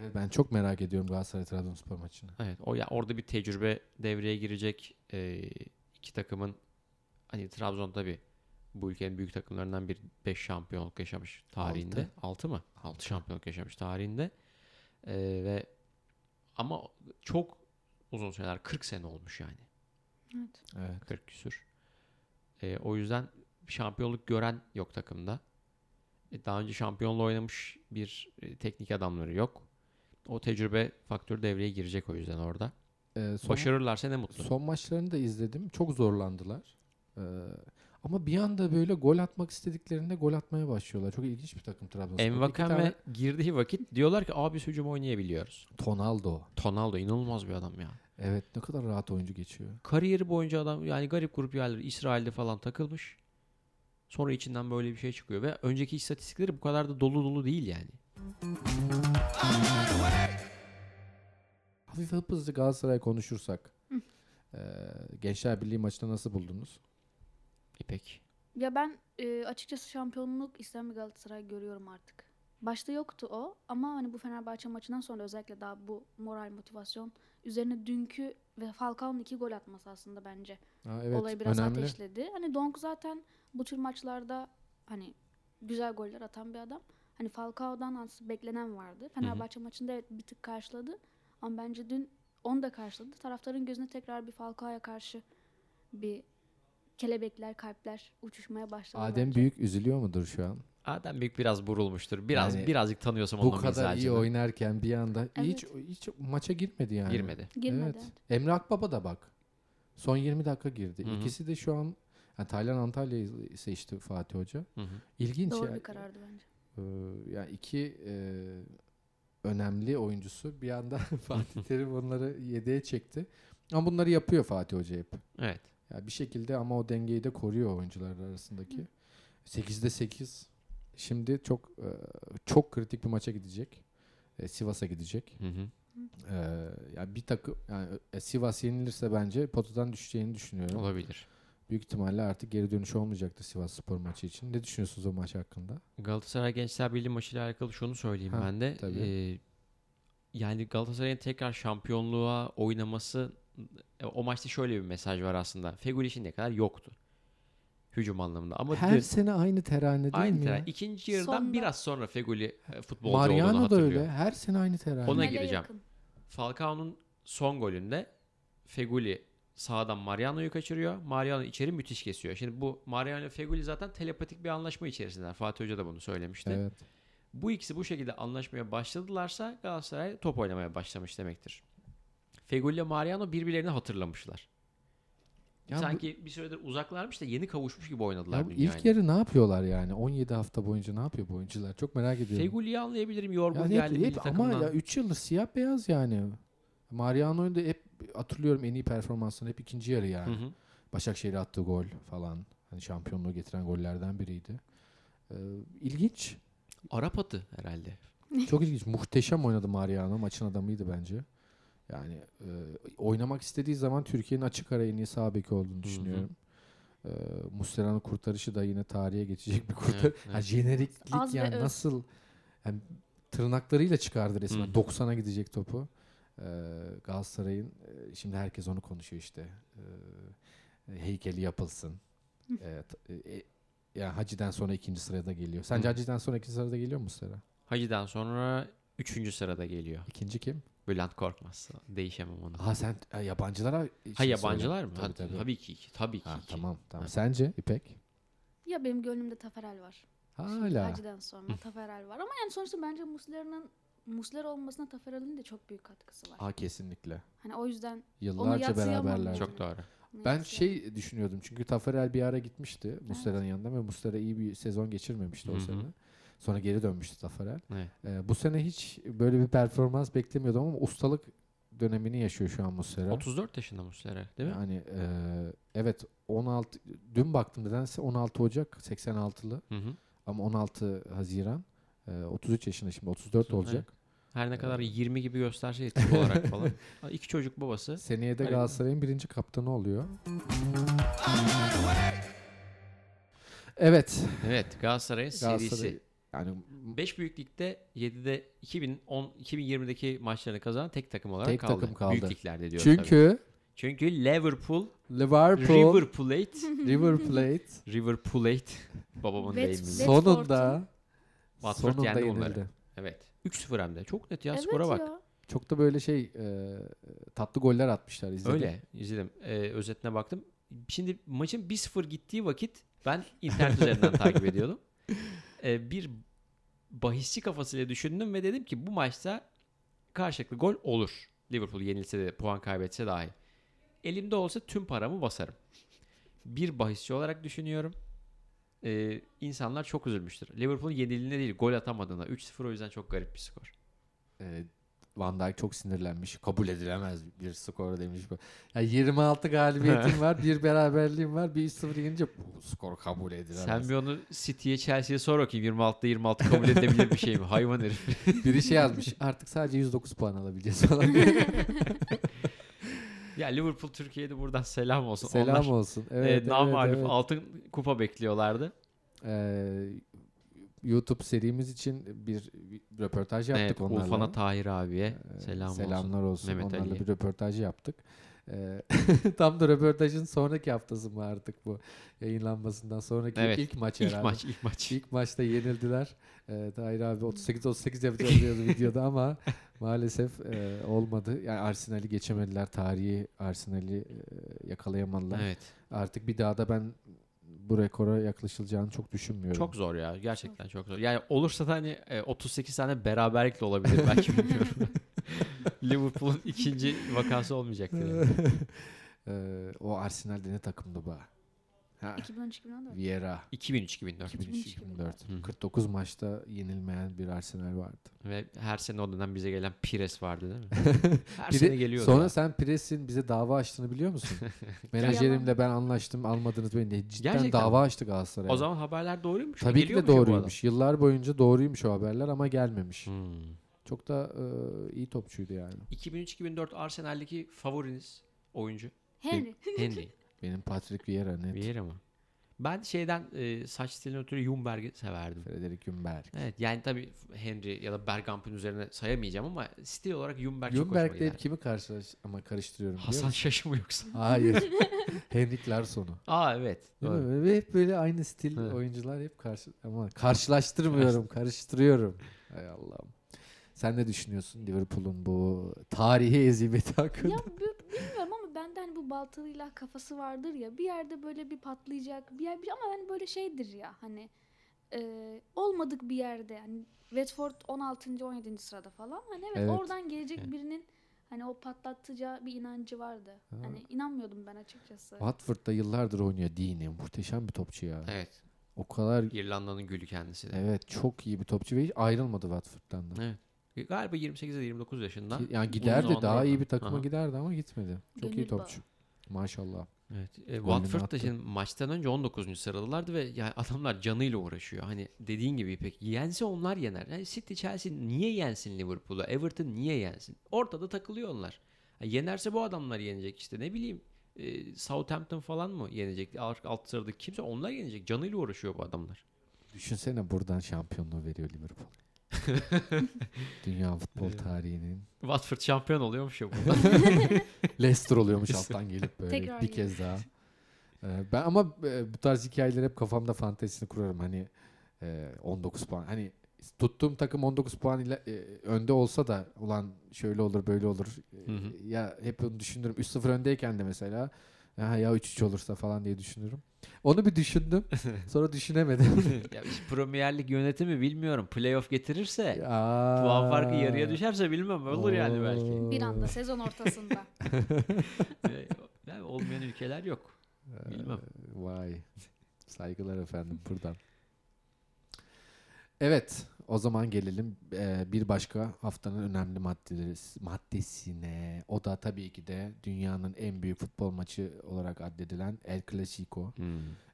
[SPEAKER 1] Evet, ben çok merak ediyorum Galatasaray Trabzonspor maçını.
[SPEAKER 2] Evet o ya orada bir tecrübe devreye girecek Ee, iki takımın hani Trabzon tabii bu ülkenin büyük takımlarından bir 5 şampiyonluk yaşamış tarihinde. 6 mı? 6 şampiyonluk yaşamış tarihinde. Ee, ve ama çok uzun seneler 40 sene olmuş yani.
[SPEAKER 3] Evet.
[SPEAKER 1] Evet.
[SPEAKER 2] 40 küsür. Ee, o yüzden şampiyonluk gören yok takımda. E, daha önce şampiyonla oynamış bir e, teknik adamları yok. O tecrübe faktörü devreye girecek o yüzden orada.
[SPEAKER 1] Ee, son,
[SPEAKER 2] Başarırlarsa ne mutlu.
[SPEAKER 1] son maçlarını da izledim. Çok zorlandılar. Ee, ama bir anda böyle gol atmak istediklerinde gol atmaya başlıyorlar. Çok ilginç bir takım Trabzonspor. İki tane
[SPEAKER 2] Envakame girdiği vakit diyorlar ki abi hücum oynayabiliyoruz.
[SPEAKER 1] Tonaldo.
[SPEAKER 2] Tonaldo inanılmaz bir adam ya.
[SPEAKER 1] Evet ne kadar rahat oyuncu geçiyor.
[SPEAKER 2] Kariyeri boyunca adam yani garip grup yerleri İsrail'de falan takılmış. Sonra içinden böyle bir şey çıkıyor ve önceki istatistikleri bu kadar da dolu dolu değil yani.
[SPEAKER 1] Hafif hıp hızlı Galatasaray konuşursak. Ee, Gençler Birliği maçını nasıl buldunuz?
[SPEAKER 2] İpek.
[SPEAKER 3] Ya ben e, açıkçası şampiyonluk isteyen bir Galatasaray görüyorum artık. Başta yoktu o ama hani bu Fenerbahçe maçından sonra özellikle daha bu moral motivasyon üzerine dünkü ve Falcao'nun iki gol atması aslında bence
[SPEAKER 1] Ha, evet
[SPEAKER 3] olayı biraz
[SPEAKER 1] önemli.
[SPEAKER 3] ateşledi. Hani Donk zaten bu tür maçlarda hani güzel goller atan bir adam. Hani Falcao'dan aslında beklenen vardı. Fenerbahçe maçında evet bir tık karşıladı. Ama bence dün onu da karşıladı. Taraftarın gözüne tekrar bir Falcao'ya karşı bir kelebekler, kalpler uçuşmaya başladı.
[SPEAKER 1] Adem
[SPEAKER 3] bence.
[SPEAKER 1] Büyük üzülüyor mudur şu an?
[SPEAKER 2] Adam Büyük biraz burulmuştur. Biraz
[SPEAKER 1] Yani
[SPEAKER 2] birazcık tanıyorsam
[SPEAKER 1] Bu
[SPEAKER 2] onun
[SPEAKER 1] kadar iyi
[SPEAKER 2] mizacını.
[SPEAKER 1] oynarken bir anda
[SPEAKER 3] Evet.
[SPEAKER 1] hiç hiç maça girmedi yani.
[SPEAKER 2] Girmedi.
[SPEAKER 3] Girmedi.
[SPEAKER 1] Evet. Emre Akbaba da bak. Son 20 dakika girdi.
[SPEAKER 2] Hı hı.
[SPEAKER 1] İkisi de şu an yani Taylan Antalya'yı seçti Fatih Hoca.
[SPEAKER 2] Hı hı.
[SPEAKER 1] İlginç
[SPEAKER 3] Doğru
[SPEAKER 1] yani.
[SPEAKER 3] bir karardı bence.
[SPEAKER 1] Ee, yani iki e, önemli oyuncusu bir anda Fatih Terim onları yedeğe çekti. Ama bunları yapıyor Fatih Hoca hep.
[SPEAKER 2] Evet.
[SPEAKER 1] Ya bir şekilde ama o dengeyi de koruyor oyuncular arasındaki. 8'de 8. Şimdi çok e, çok kritik bir maça gidecek. E, Sivas'a gidecek.
[SPEAKER 2] Hı hı.
[SPEAKER 1] E, yani bir takım yani e, Sivas yenilirse bence potadan düşeceğini düşünüyorum.
[SPEAKER 2] Olabilir.
[SPEAKER 1] Büyük ihtimalle artık geri dönüş olmayacaktır Sivas Spor maçı için. Ne düşünüyorsunuz o maç hakkında?
[SPEAKER 2] Galatasaray Gençler Birliği maçıyla alakalı şunu söyleyeyim
[SPEAKER 1] Ha,
[SPEAKER 2] ben de.
[SPEAKER 1] tabii.
[SPEAKER 2] Ee, yani Galatasaray'ın tekrar şampiyonluğa oynaması e, o maçta şöyle bir mesaj var aslında. Feguli şimdiye kadar yoktu. Hücum anlamında. Ama
[SPEAKER 1] Her
[SPEAKER 2] dün-
[SPEAKER 1] sene aynı terane değil
[SPEAKER 2] aynı
[SPEAKER 1] mi
[SPEAKER 2] tera-
[SPEAKER 1] ya?
[SPEAKER 2] İkinci yarıdan
[SPEAKER 3] Sonda-
[SPEAKER 2] biraz sonra Feguli e, futbolcu olduğunu
[SPEAKER 1] Mariano da
[SPEAKER 2] hatırlıyor.
[SPEAKER 1] öyle. Her sene aynı terane.
[SPEAKER 2] Ona
[SPEAKER 3] Finale
[SPEAKER 2] gireceğim.
[SPEAKER 3] yakın.
[SPEAKER 2] Falcao'nun son golünde Feguli sağdan Mariano'yu kaçırıyor. Mariano içeri müthiş kesiyor. Şimdi bu Mariano Feguli zaten telepatik bir anlaşma içerisindeler. Fatih Hoca da bunu söylemişti.
[SPEAKER 1] Evet.
[SPEAKER 2] Bu ikisi bu şekilde anlaşmaya başladılarsa Galatasaray top oynamaya başlamış demektir. Feguli ile Mariano birbirlerini hatırlamışlar.
[SPEAKER 1] Ya bu-
[SPEAKER 2] Sanki bir süredir uzaklarmış da yeni kavuşmuş gibi oynadılar.
[SPEAKER 1] Ya bu
[SPEAKER 2] dün
[SPEAKER 1] ilk
[SPEAKER 2] yani.
[SPEAKER 1] yarı ne yapıyorlar yani? 17 hafta boyunca ne yapıyor bu oyuncular? Çok merak ediyorum.
[SPEAKER 2] Feguli'yi anlayabilirim.
[SPEAKER 1] Ya
[SPEAKER 2] Yorgun
[SPEAKER 1] hep-
[SPEAKER 2] geldi
[SPEAKER 1] hep
[SPEAKER 2] milli
[SPEAKER 1] ama
[SPEAKER 2] takımdan.
[SPEAKER 1] ya 3 yıldır siyah beyaz yani. Mariano'yu da hep hatırlıyorum en iyi performansını hep ikinci yarı yani.
[SPEAKER 2] Hı hı.
[SPEAKER 1] Başakşehir'e attığı gol falan. Hani şampiyonluğu getiren gollerden biriydi. Ee, ilginç.
[SPEAKER 2] Arap atı herhalde.
[SPEAKER 1] Çok ilginç. Muhteşem oynadı Mariano. Maçın adamıydı bence. Yani e, oynamak istediği zaman Türkiye'nin açık ara en iyi sağ beki olduğunu düşünüyorum. E, Muslera'nın kurtarışı da yine tarihe geçecek bir kurtarış.
[SPEAKER 2] Evet,
[SPEAKER 1] Yani
[SPEAKER 2] evet.
[SPEAKER 1] jeneriklik
[SPEAKER 3] Az ve
[SPEAKER 1] yani
[SPEAKER 3] öz.
[SPEAKER 1] nasıl yani tırnaklarıyla çıkardı resmen.
[SPEAKER 2] Hı.
[SPEAKER 1] 90'a gidecek topu. E, Galatasaray'ın e, şimdi herkes onu konuşuyor işte. E, heykeli yapılsın. E, t- e, yani Hacı'den sonra ikinci sırada geliyor. Sence
[SPEAKER 2] Hı.
[SPEAKER 1] Hacı'den sonra ikinci sırada geliyor mu Muslera?
[SPEAKER 2] Hacı'dan sonra 3. sırada geliyor.
[SPEAKER 1] İkinci kim?
[SPEAKER 2] Bülent Korkmaz. Değişemem onu.
[SPEAKER 1] Ha sen e, yabancılara için
[SPEAKER 2] Ha yabancılar
[SPEAKER 1] söyle.
[SPEAKER 2] mı?
[SPEAKER 1] Tabii
[SPEAKER 2] Tabii,
[SPEAKER 1] tabii.
[SPEAKER 2] tabii ki iki. Tabii ki
[SPEAKER 1] Ha,
[SPEAKER 2] iki.
[SPEAKER 1] tamam tamam.
[SPEAKER 2] Ha.
[SPEAKER 1] Sence İpek?
[SPEAKER 3] Ya benim gönlümde Taferel var. Şimdi
[SPEAKER 1] Hala.
[SPEAKER 3] Hacı'dan sonra Taferel var. Ama yani sonuçta bence Muslera'nın Musler olmasına Taferel'in de çok büyük katkısı var.
[SPEAKER 1] Ha kesinlikle.
[SPEAKER 3] Hani o yüzden
[SPEAKER 1] Yıllarca
[SPEAKER 3] yadsıyamam
[SPEAKER 1] beraberler.
[SPEAKER 3] yani.
[SPEAKER 2] Çok doğru.
[SPEAKER 3] ne
[SPEAKER 1] Ben
[SPEAKER 3] yazık ki-
[SPEAKER 1] şey düşünüyordum çünkü Taferel bir ara gitmişti Muslera'nın yanında ve Muslera iyi bir sezon geçirmemişti o
[SPEAKER 2] Hı hı.
[SPEAKER 1] sene. Sonra geri dönmüştü Taferel.
[SPEAKER 2] Evet.
[SPEAKER 1] Ee, bu sene hiç böyle bir performans beklemiyordum ama ustalık dönemini yaşıyor şu an Muslera.
[SPEAKER 2] 34 yaşında Muslera değil mi?
[SPEAKER 1] Yani e, evet 16 dün baktım nedense 16 Ocak 86'lı
[SPEAKER 2] Hı hı.
[SPEAKER 1] ama 16 Haziran e, 33 yaşında şimdi 34
[SPEAKER 2] Evet.
[SPEAKER 1] olacak.
[SPEAKER 2] Her ne kadar
[SPEAKER 1] Evet.
[SPEAKER 2] 20 gibi gösterse de tip olarak falan. Ha, İki çocuk babası.
[SPEAKER 1] Seneye de
[SPEAKER 2] Öyle mi?
[SPEAKER 1] Galatasaray'ın birinci kaptanı oluyor. Evet.
[SPEAKER 2] Evet Galatasaray'ın serisi.
[SPEAKER 1] Galatasaray yani
[SPEAKER 2] 5 büyüklükte 7'de 2010 2020'deki maçlarını kazanan tek takım olarak
[SPEAKER 1] Tek
[SPEAKER 2] kaldı.
[SPEAKER 1] takım kaldı.
[SPEAKER 2] Büyük liglerde diyor tabii.
[SPEAKER 1] çünkü
[SPEAKER 2] Çünkü Liverpool,
[SPEAKER 1] Liverpool,
[SPEAKER 2] River Plate,
[SPEAKER 1] River Plate
[SPEAKER 2] River Plate babamın
[SPEAKER 3] Wet-
[SPEAKER 2] deyimiyle.
[SPEAKER 3] Watford'un-
[SPEAKER 1] sonunda
[SPEAKER 2] Watford
[SPEAKER 1] sonunda
[SPEAKER 2] yendi
[SPEAKER 1] yenildi.
[SPEAKER 2] onları. Evet. 3-0 hem de. Çok net ya
[SPEAKER 3] evet
[SPEAKER 2] skora bak.
[SPEAKER 3] ya.
[SPEAKER 1] Çok da böyle şey e, tatlı goller atmışlar izledim.
[SPEAKER 2] Öyle izledim. Ee, özetine baktım. Şimdi maçın 1-0 gittiği vakit ben internet üzerinden takip ediyordum. Ee, bir bahisçi kafasıyla düşündüm ve dedim ki bu maçta karşılıklı gol olur. Liverpool yenilse de puan kaybetse dahi. Elimde olsa tüm paramı basarım. Bir bahisçi olarak düşünüyorum. Ee, insanlar çok üzülmüştür. Liverpool'un yenildiğine değil gol atamadığına. 3-0 o yüzden çok garip bir skor.
[SPEAKER 1] E, Van Dijk çok sinirlenmiş. Kabul edilemez bir skor demiş. Ya 26 galibiyetim var, bir beraberliğim var, bir 0 yenince bu skor kabul edilemez.
[SPEAKER 2] Sen bir onu City'ye Chelsea'ye sor bakayım 26'da 26 kabul edilebilir bir şey mi? Hayvan herif.
[SPEAKER 1] Biri şey yazmış. Artık sadece 109 puan alabileceğiz falan.
[SPEAKER 2] Ya Liverpool Türkiye'de buradan selam olsun.
[SPEAKER 1] Selam
[SPEAKER 2] Onlar,
[SPEAKER 1] olsun.
[SPEAKER 2] e,
[SPEAKER 1] Evet,
[SPEAKER 2] namalüf
[SPEAKER 1] evet, evet.
[SPEAKER 2] altın kupa bekliyorlardı.
[SPEAKER 1] Ee, YouTube serimiz için bir bir röportaj yaptık
[SPEAKER 2] evet,
[SPEAKER 1] onlarla.
[SPEAKER 2] Ulfan'a Tahir abiye
[SPEAKER 1] Ee,
[SPEAKER 2] selam olsun.
[SPEAKER 1] Selamlar olsun.
[SPEAKER 2] Mehmet
[SPEAKER 1] Onlarla
[SPEAKER 2] Ali'ye.
[SPEAKER 1] bir röportaj yaptık. Ee, tam da röportajın sonraki haftası mı artık bu yayınlanmasından sonraki
[SPEAKER 2] Evet,
[SPEAKER 1] ilk maç
[SPEAKER 2] İlk
[SPEAKER 1] herhalde.
[SPEAKER 2] maç, ilk maç.
[SPEAKER 1] İlk maçta yenildiler. Ee, Tahir abi 38-38 yapacağız diyordu videoda ama maalesef e, olmadı. Yani Arsenal'i geçemediler. Tarihi Arsenal'i e, yakalayamadılar.
[SPEAKER 2] Evet.
[SPEAKER 1] Artık bir daha da ben bu rekora yaklaşılacağını çok düşünmüyorum.
[SPEAKER 2] Çok zor ya. Gerçekten çok zor. Yani olursa da hani e, 38 tane beraberlikle olabilir belki bilmiyorum. Liverpool'un ikinci vakası olmayacaktır. yani.
[SPEAKER 1] Ee, o Arsenal'de ne takımdı bu? Ha,
[SPEAKER 3] 2013 2014.
[SPEAKER 1] Viera.
[SPEAKER 2] 2003-2004.
[SPEAKER 1] 2003-2004.
[SPEAKER 2] Hı.
[SPEAKER 1] 49 maçta yenilmeyen bir Arsenal vardı.
[SPEAKER 2] Ve her sene o dönem bize gelen Pires vardı değil mi? Her
[SPEAKER 1] Bir de
[SPEAKER 2] sene geliyordu.
[SPEAKER 1] Sonra
[SPEAKER 2] ya.
[SPEAKER 1] sen Pires'in bize dava açtığını biliyor musun? Menajerimle ben anlaştım almadınız beni diye. Cidden
[SPEAKER 2] Gerçekten
[SPEAKER 1] dava açtı Galatasaray'a.
[SPEAKER 2] O zaman haberler doğruymuş. mu?
[SPEAKER 1] Tabii ki
[SPEAKER 2] Geliyor
[SPEAKER 1] de
[SPEAKER 2] mu ya bu adam?
[SPEAKER 1] doğruymuş. Yıllar boyunca doğruymuş o haberler ama gelmemiş.
[SPEAKER 2] Hmm.
[SPEAKER 1] Çok da e, iyi topçuydu yani.
[SPEAKER 2] 2003-2004 Arsenal'deki favoriniz oyuncu
[SPEAKER 3] Henry.
[SPEAKER 2] Henry.
[SPEAKER 1] Benim Patrick Vieira net.
[SPEAKER 2] Vieira mı? Ben şeyden e, saç stilini ötürü Jumberg'i severdim.
[SPEAKER 1] Frederic Jumberg.
[SPEAKER 2] Evet yani tabii Henry ya da Bergkamp'ın üzerine sayamayacağım ama stil olarak Jumberg, çok
[SPEAKER 1] Jumberg'le
[SPEAKER 2] hoşuma
[SPEAKER 1] hep
[SPEAKER 2] gider.
[SPEAKER 1] kimi karşılaş ama karıştırıyorum biliyor
[SPEAKER 2] Hasan
[SPEAKER 1] musun?
[SPEAKER 2] Şaşı mı yoksa?
[SPEAKER 1] Hayır. Henrik Larsson'u.
[SPEAKER 2] Aa evet.
[SPEAKER 1] Değil
[SPEAKER 2] doğru.
[SPEAKER 1] mi? Ve hep böyle aynı stil
[SPEAKER 2] Evet.
[SPEAKER 1] oyuncular hep karşı ama karşılaştırmıyorum, karıştırıyorum. Hay Allah'ım. Sen ne düşünüyorsun Liverpool'un bu tarihi ezimeti hakkında?
[SPEAKER 3] ya bu- bilmiyorum ama bende hani bu baltalıyla kafası vardır ya bir yerde böyle bir patlayacak bir yer bir, ama hani böyle şeydir ya hani e, olmadık bir yerde hani Watford 16. 17. sırada falan hani evet,
[SPEAKER 1] Evet.
[SPEAKER 3] oradan gelecek
[SPEAKER 2] Evet.
[SPEAKER 3] birinin hani o patlatacağı bir inancı vardı.
[SPEAKER 1] Ha.
[SPEAKER 3] Hani inanmıyordum ben açıkçası.
[SPEAKER 1] Watford'da yıllardır oynuyor Dini. Muhteşem bir topçu ya.
[SPEAKER 2] Evet.
[SPEAKER 1] O kadar
[SPEAKER 2] İrlanda'nın gülü kendisi de. Evet.
[SPEAKER 1] evet çok iyi bir topçu ve hiç ayrılmadı Watford'dan da.
[SPEAKER 2] Galiba 28 ya da 29 yaşında.
[SPEAKER 1] Ki- Yani giderdi
[SPEAKER 2] zamandır
[SPEAKER 1] daha iyi
[SPEAKER 2] orada.
[SPEAKER 1] bir takıma
[SPEAKER 2] Aha.
[SPEAKER 1] giderdi ama gitmedi. Çok iyi
[SPEAKER 3] Gönül bağı.
[SPEAKER 1] topçu. Maşallah.
[SPEAKER 2] Evet. E, Watford da
[SPEAKER 1] attı.
[SPEAKER 2] şimdi maçtan önce 19. sıradalardı ve yani adamlar canıyla uğraşıyor. Hani dediğin gibi pek yense onlar yener. Yani City, Chelsea niye yensin Liverpool'u? Everton niye yensin? Ortada takılıyor onlar. Ha, yenerse bu adamlar yenecek işte ne bileyim. e, Southampton falan mı yenecek? Alt, alt sıradaki kimse onlar yenecek. Canıyla uğraşıyor bu adamlar.
[SPEAKER 1] Düşünsene buradan şampiyonluğu veriyor Liverpool. Dünya futbol tarihinin
[SPEAKER 2] Watford şampiyon oluyormuş ya burada.
[SPEAKER 1] Leicester oluyormuş alttan gelip böyle
[SPEAKER 3] Tekrar
[SPEAKER 1] bir
[SPEAKER 3] gelip.
[SPEAKER 1] kez daha. Ee, Ben ama e, bu tarz hikayeler hep kafamda fantezisini kurarım. Hani e, 19 puan. Hani tuttuğum takım 19 puan ile e, önde olsa da ulan şöyle olur böyle olur. E,
[SPEAKER 2] Hı hı.
[SPEAKER 1] Ya hep onu düşünürüm. 3-0 öndeyken de mesela "Ha, ya 3-3 olursa falan diye düşünürüm. Onu bir düşündüm. Sonra düşünemedim.
[SPEAKER 2] ya işte Premier Lig yönetimi bilmiyorum. Playoff getirirse
[SPEAKER 1] Puan
[SPEAKER 2] puan farkı yarıya düşerse bilmem olur yani belki.
[SPEAKER 3] Bir anda sezon ortasında.
[SPEAKER 2] E, yani olmayan ülkeler yok. Bilmem.
[SPEAKER 1] Vay. Saygılar efendim buradan. Evet, o zaman gelelim eee, bir başka haftanın önemli maddeleri maddesine. O da tabii ki de dünyanın en büyük futbol maçı olarak addedilen El Clasico.
[SPEAKER 2] Hmm.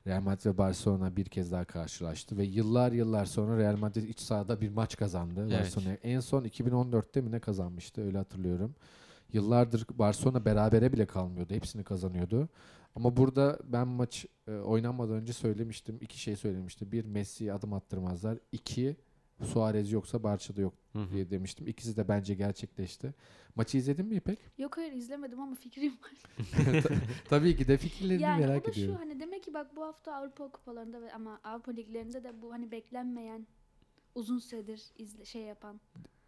[SPEAKER 1] Real Madrid ve Barcelona bir kez daha karşılaştı ve yıllar yıllar sonra Real Madrid iç sahada bir maç kazandı.
[SPEAKER 2] Evet.
[SPEAKER 1] Barcelona'ya en son 2014'te mi ne kazanmıştı öyle hatırlıyorum. Yıllardır Barcelona berabere bile kalmıyordu. Hepsini kazanıyordu. Ama burada ben maç e, oynanmadan önce söylemiştim. iki şey söylemiştim. Bir Messi'ye adım attırmazlar. İki Suarez yoksa Barça'da yok
[SPEAKER 2] Hı hı.
[SPEAKER 1] diye demiştim. İkisi de bence gerçekleşti. Maçı izledin mi İpek?
[SPEAKER 3] Yok hayır izlemedim ama fikrim var.
[SPEAKER 1] Ta- Tabii ki de fikirlerini
[SPEAKER 3] yani o
[SPEAKER 1] merak
[SPEAKER 3] da
[SPEAKER 1] ediyorum.
[SPEAKER 3] şu hani demek ki bak bu hafta Avrupa kupalarında ve ama Avrupa liglerinde de bu hani beklenmeyen uzun süredir izle, şey yapan.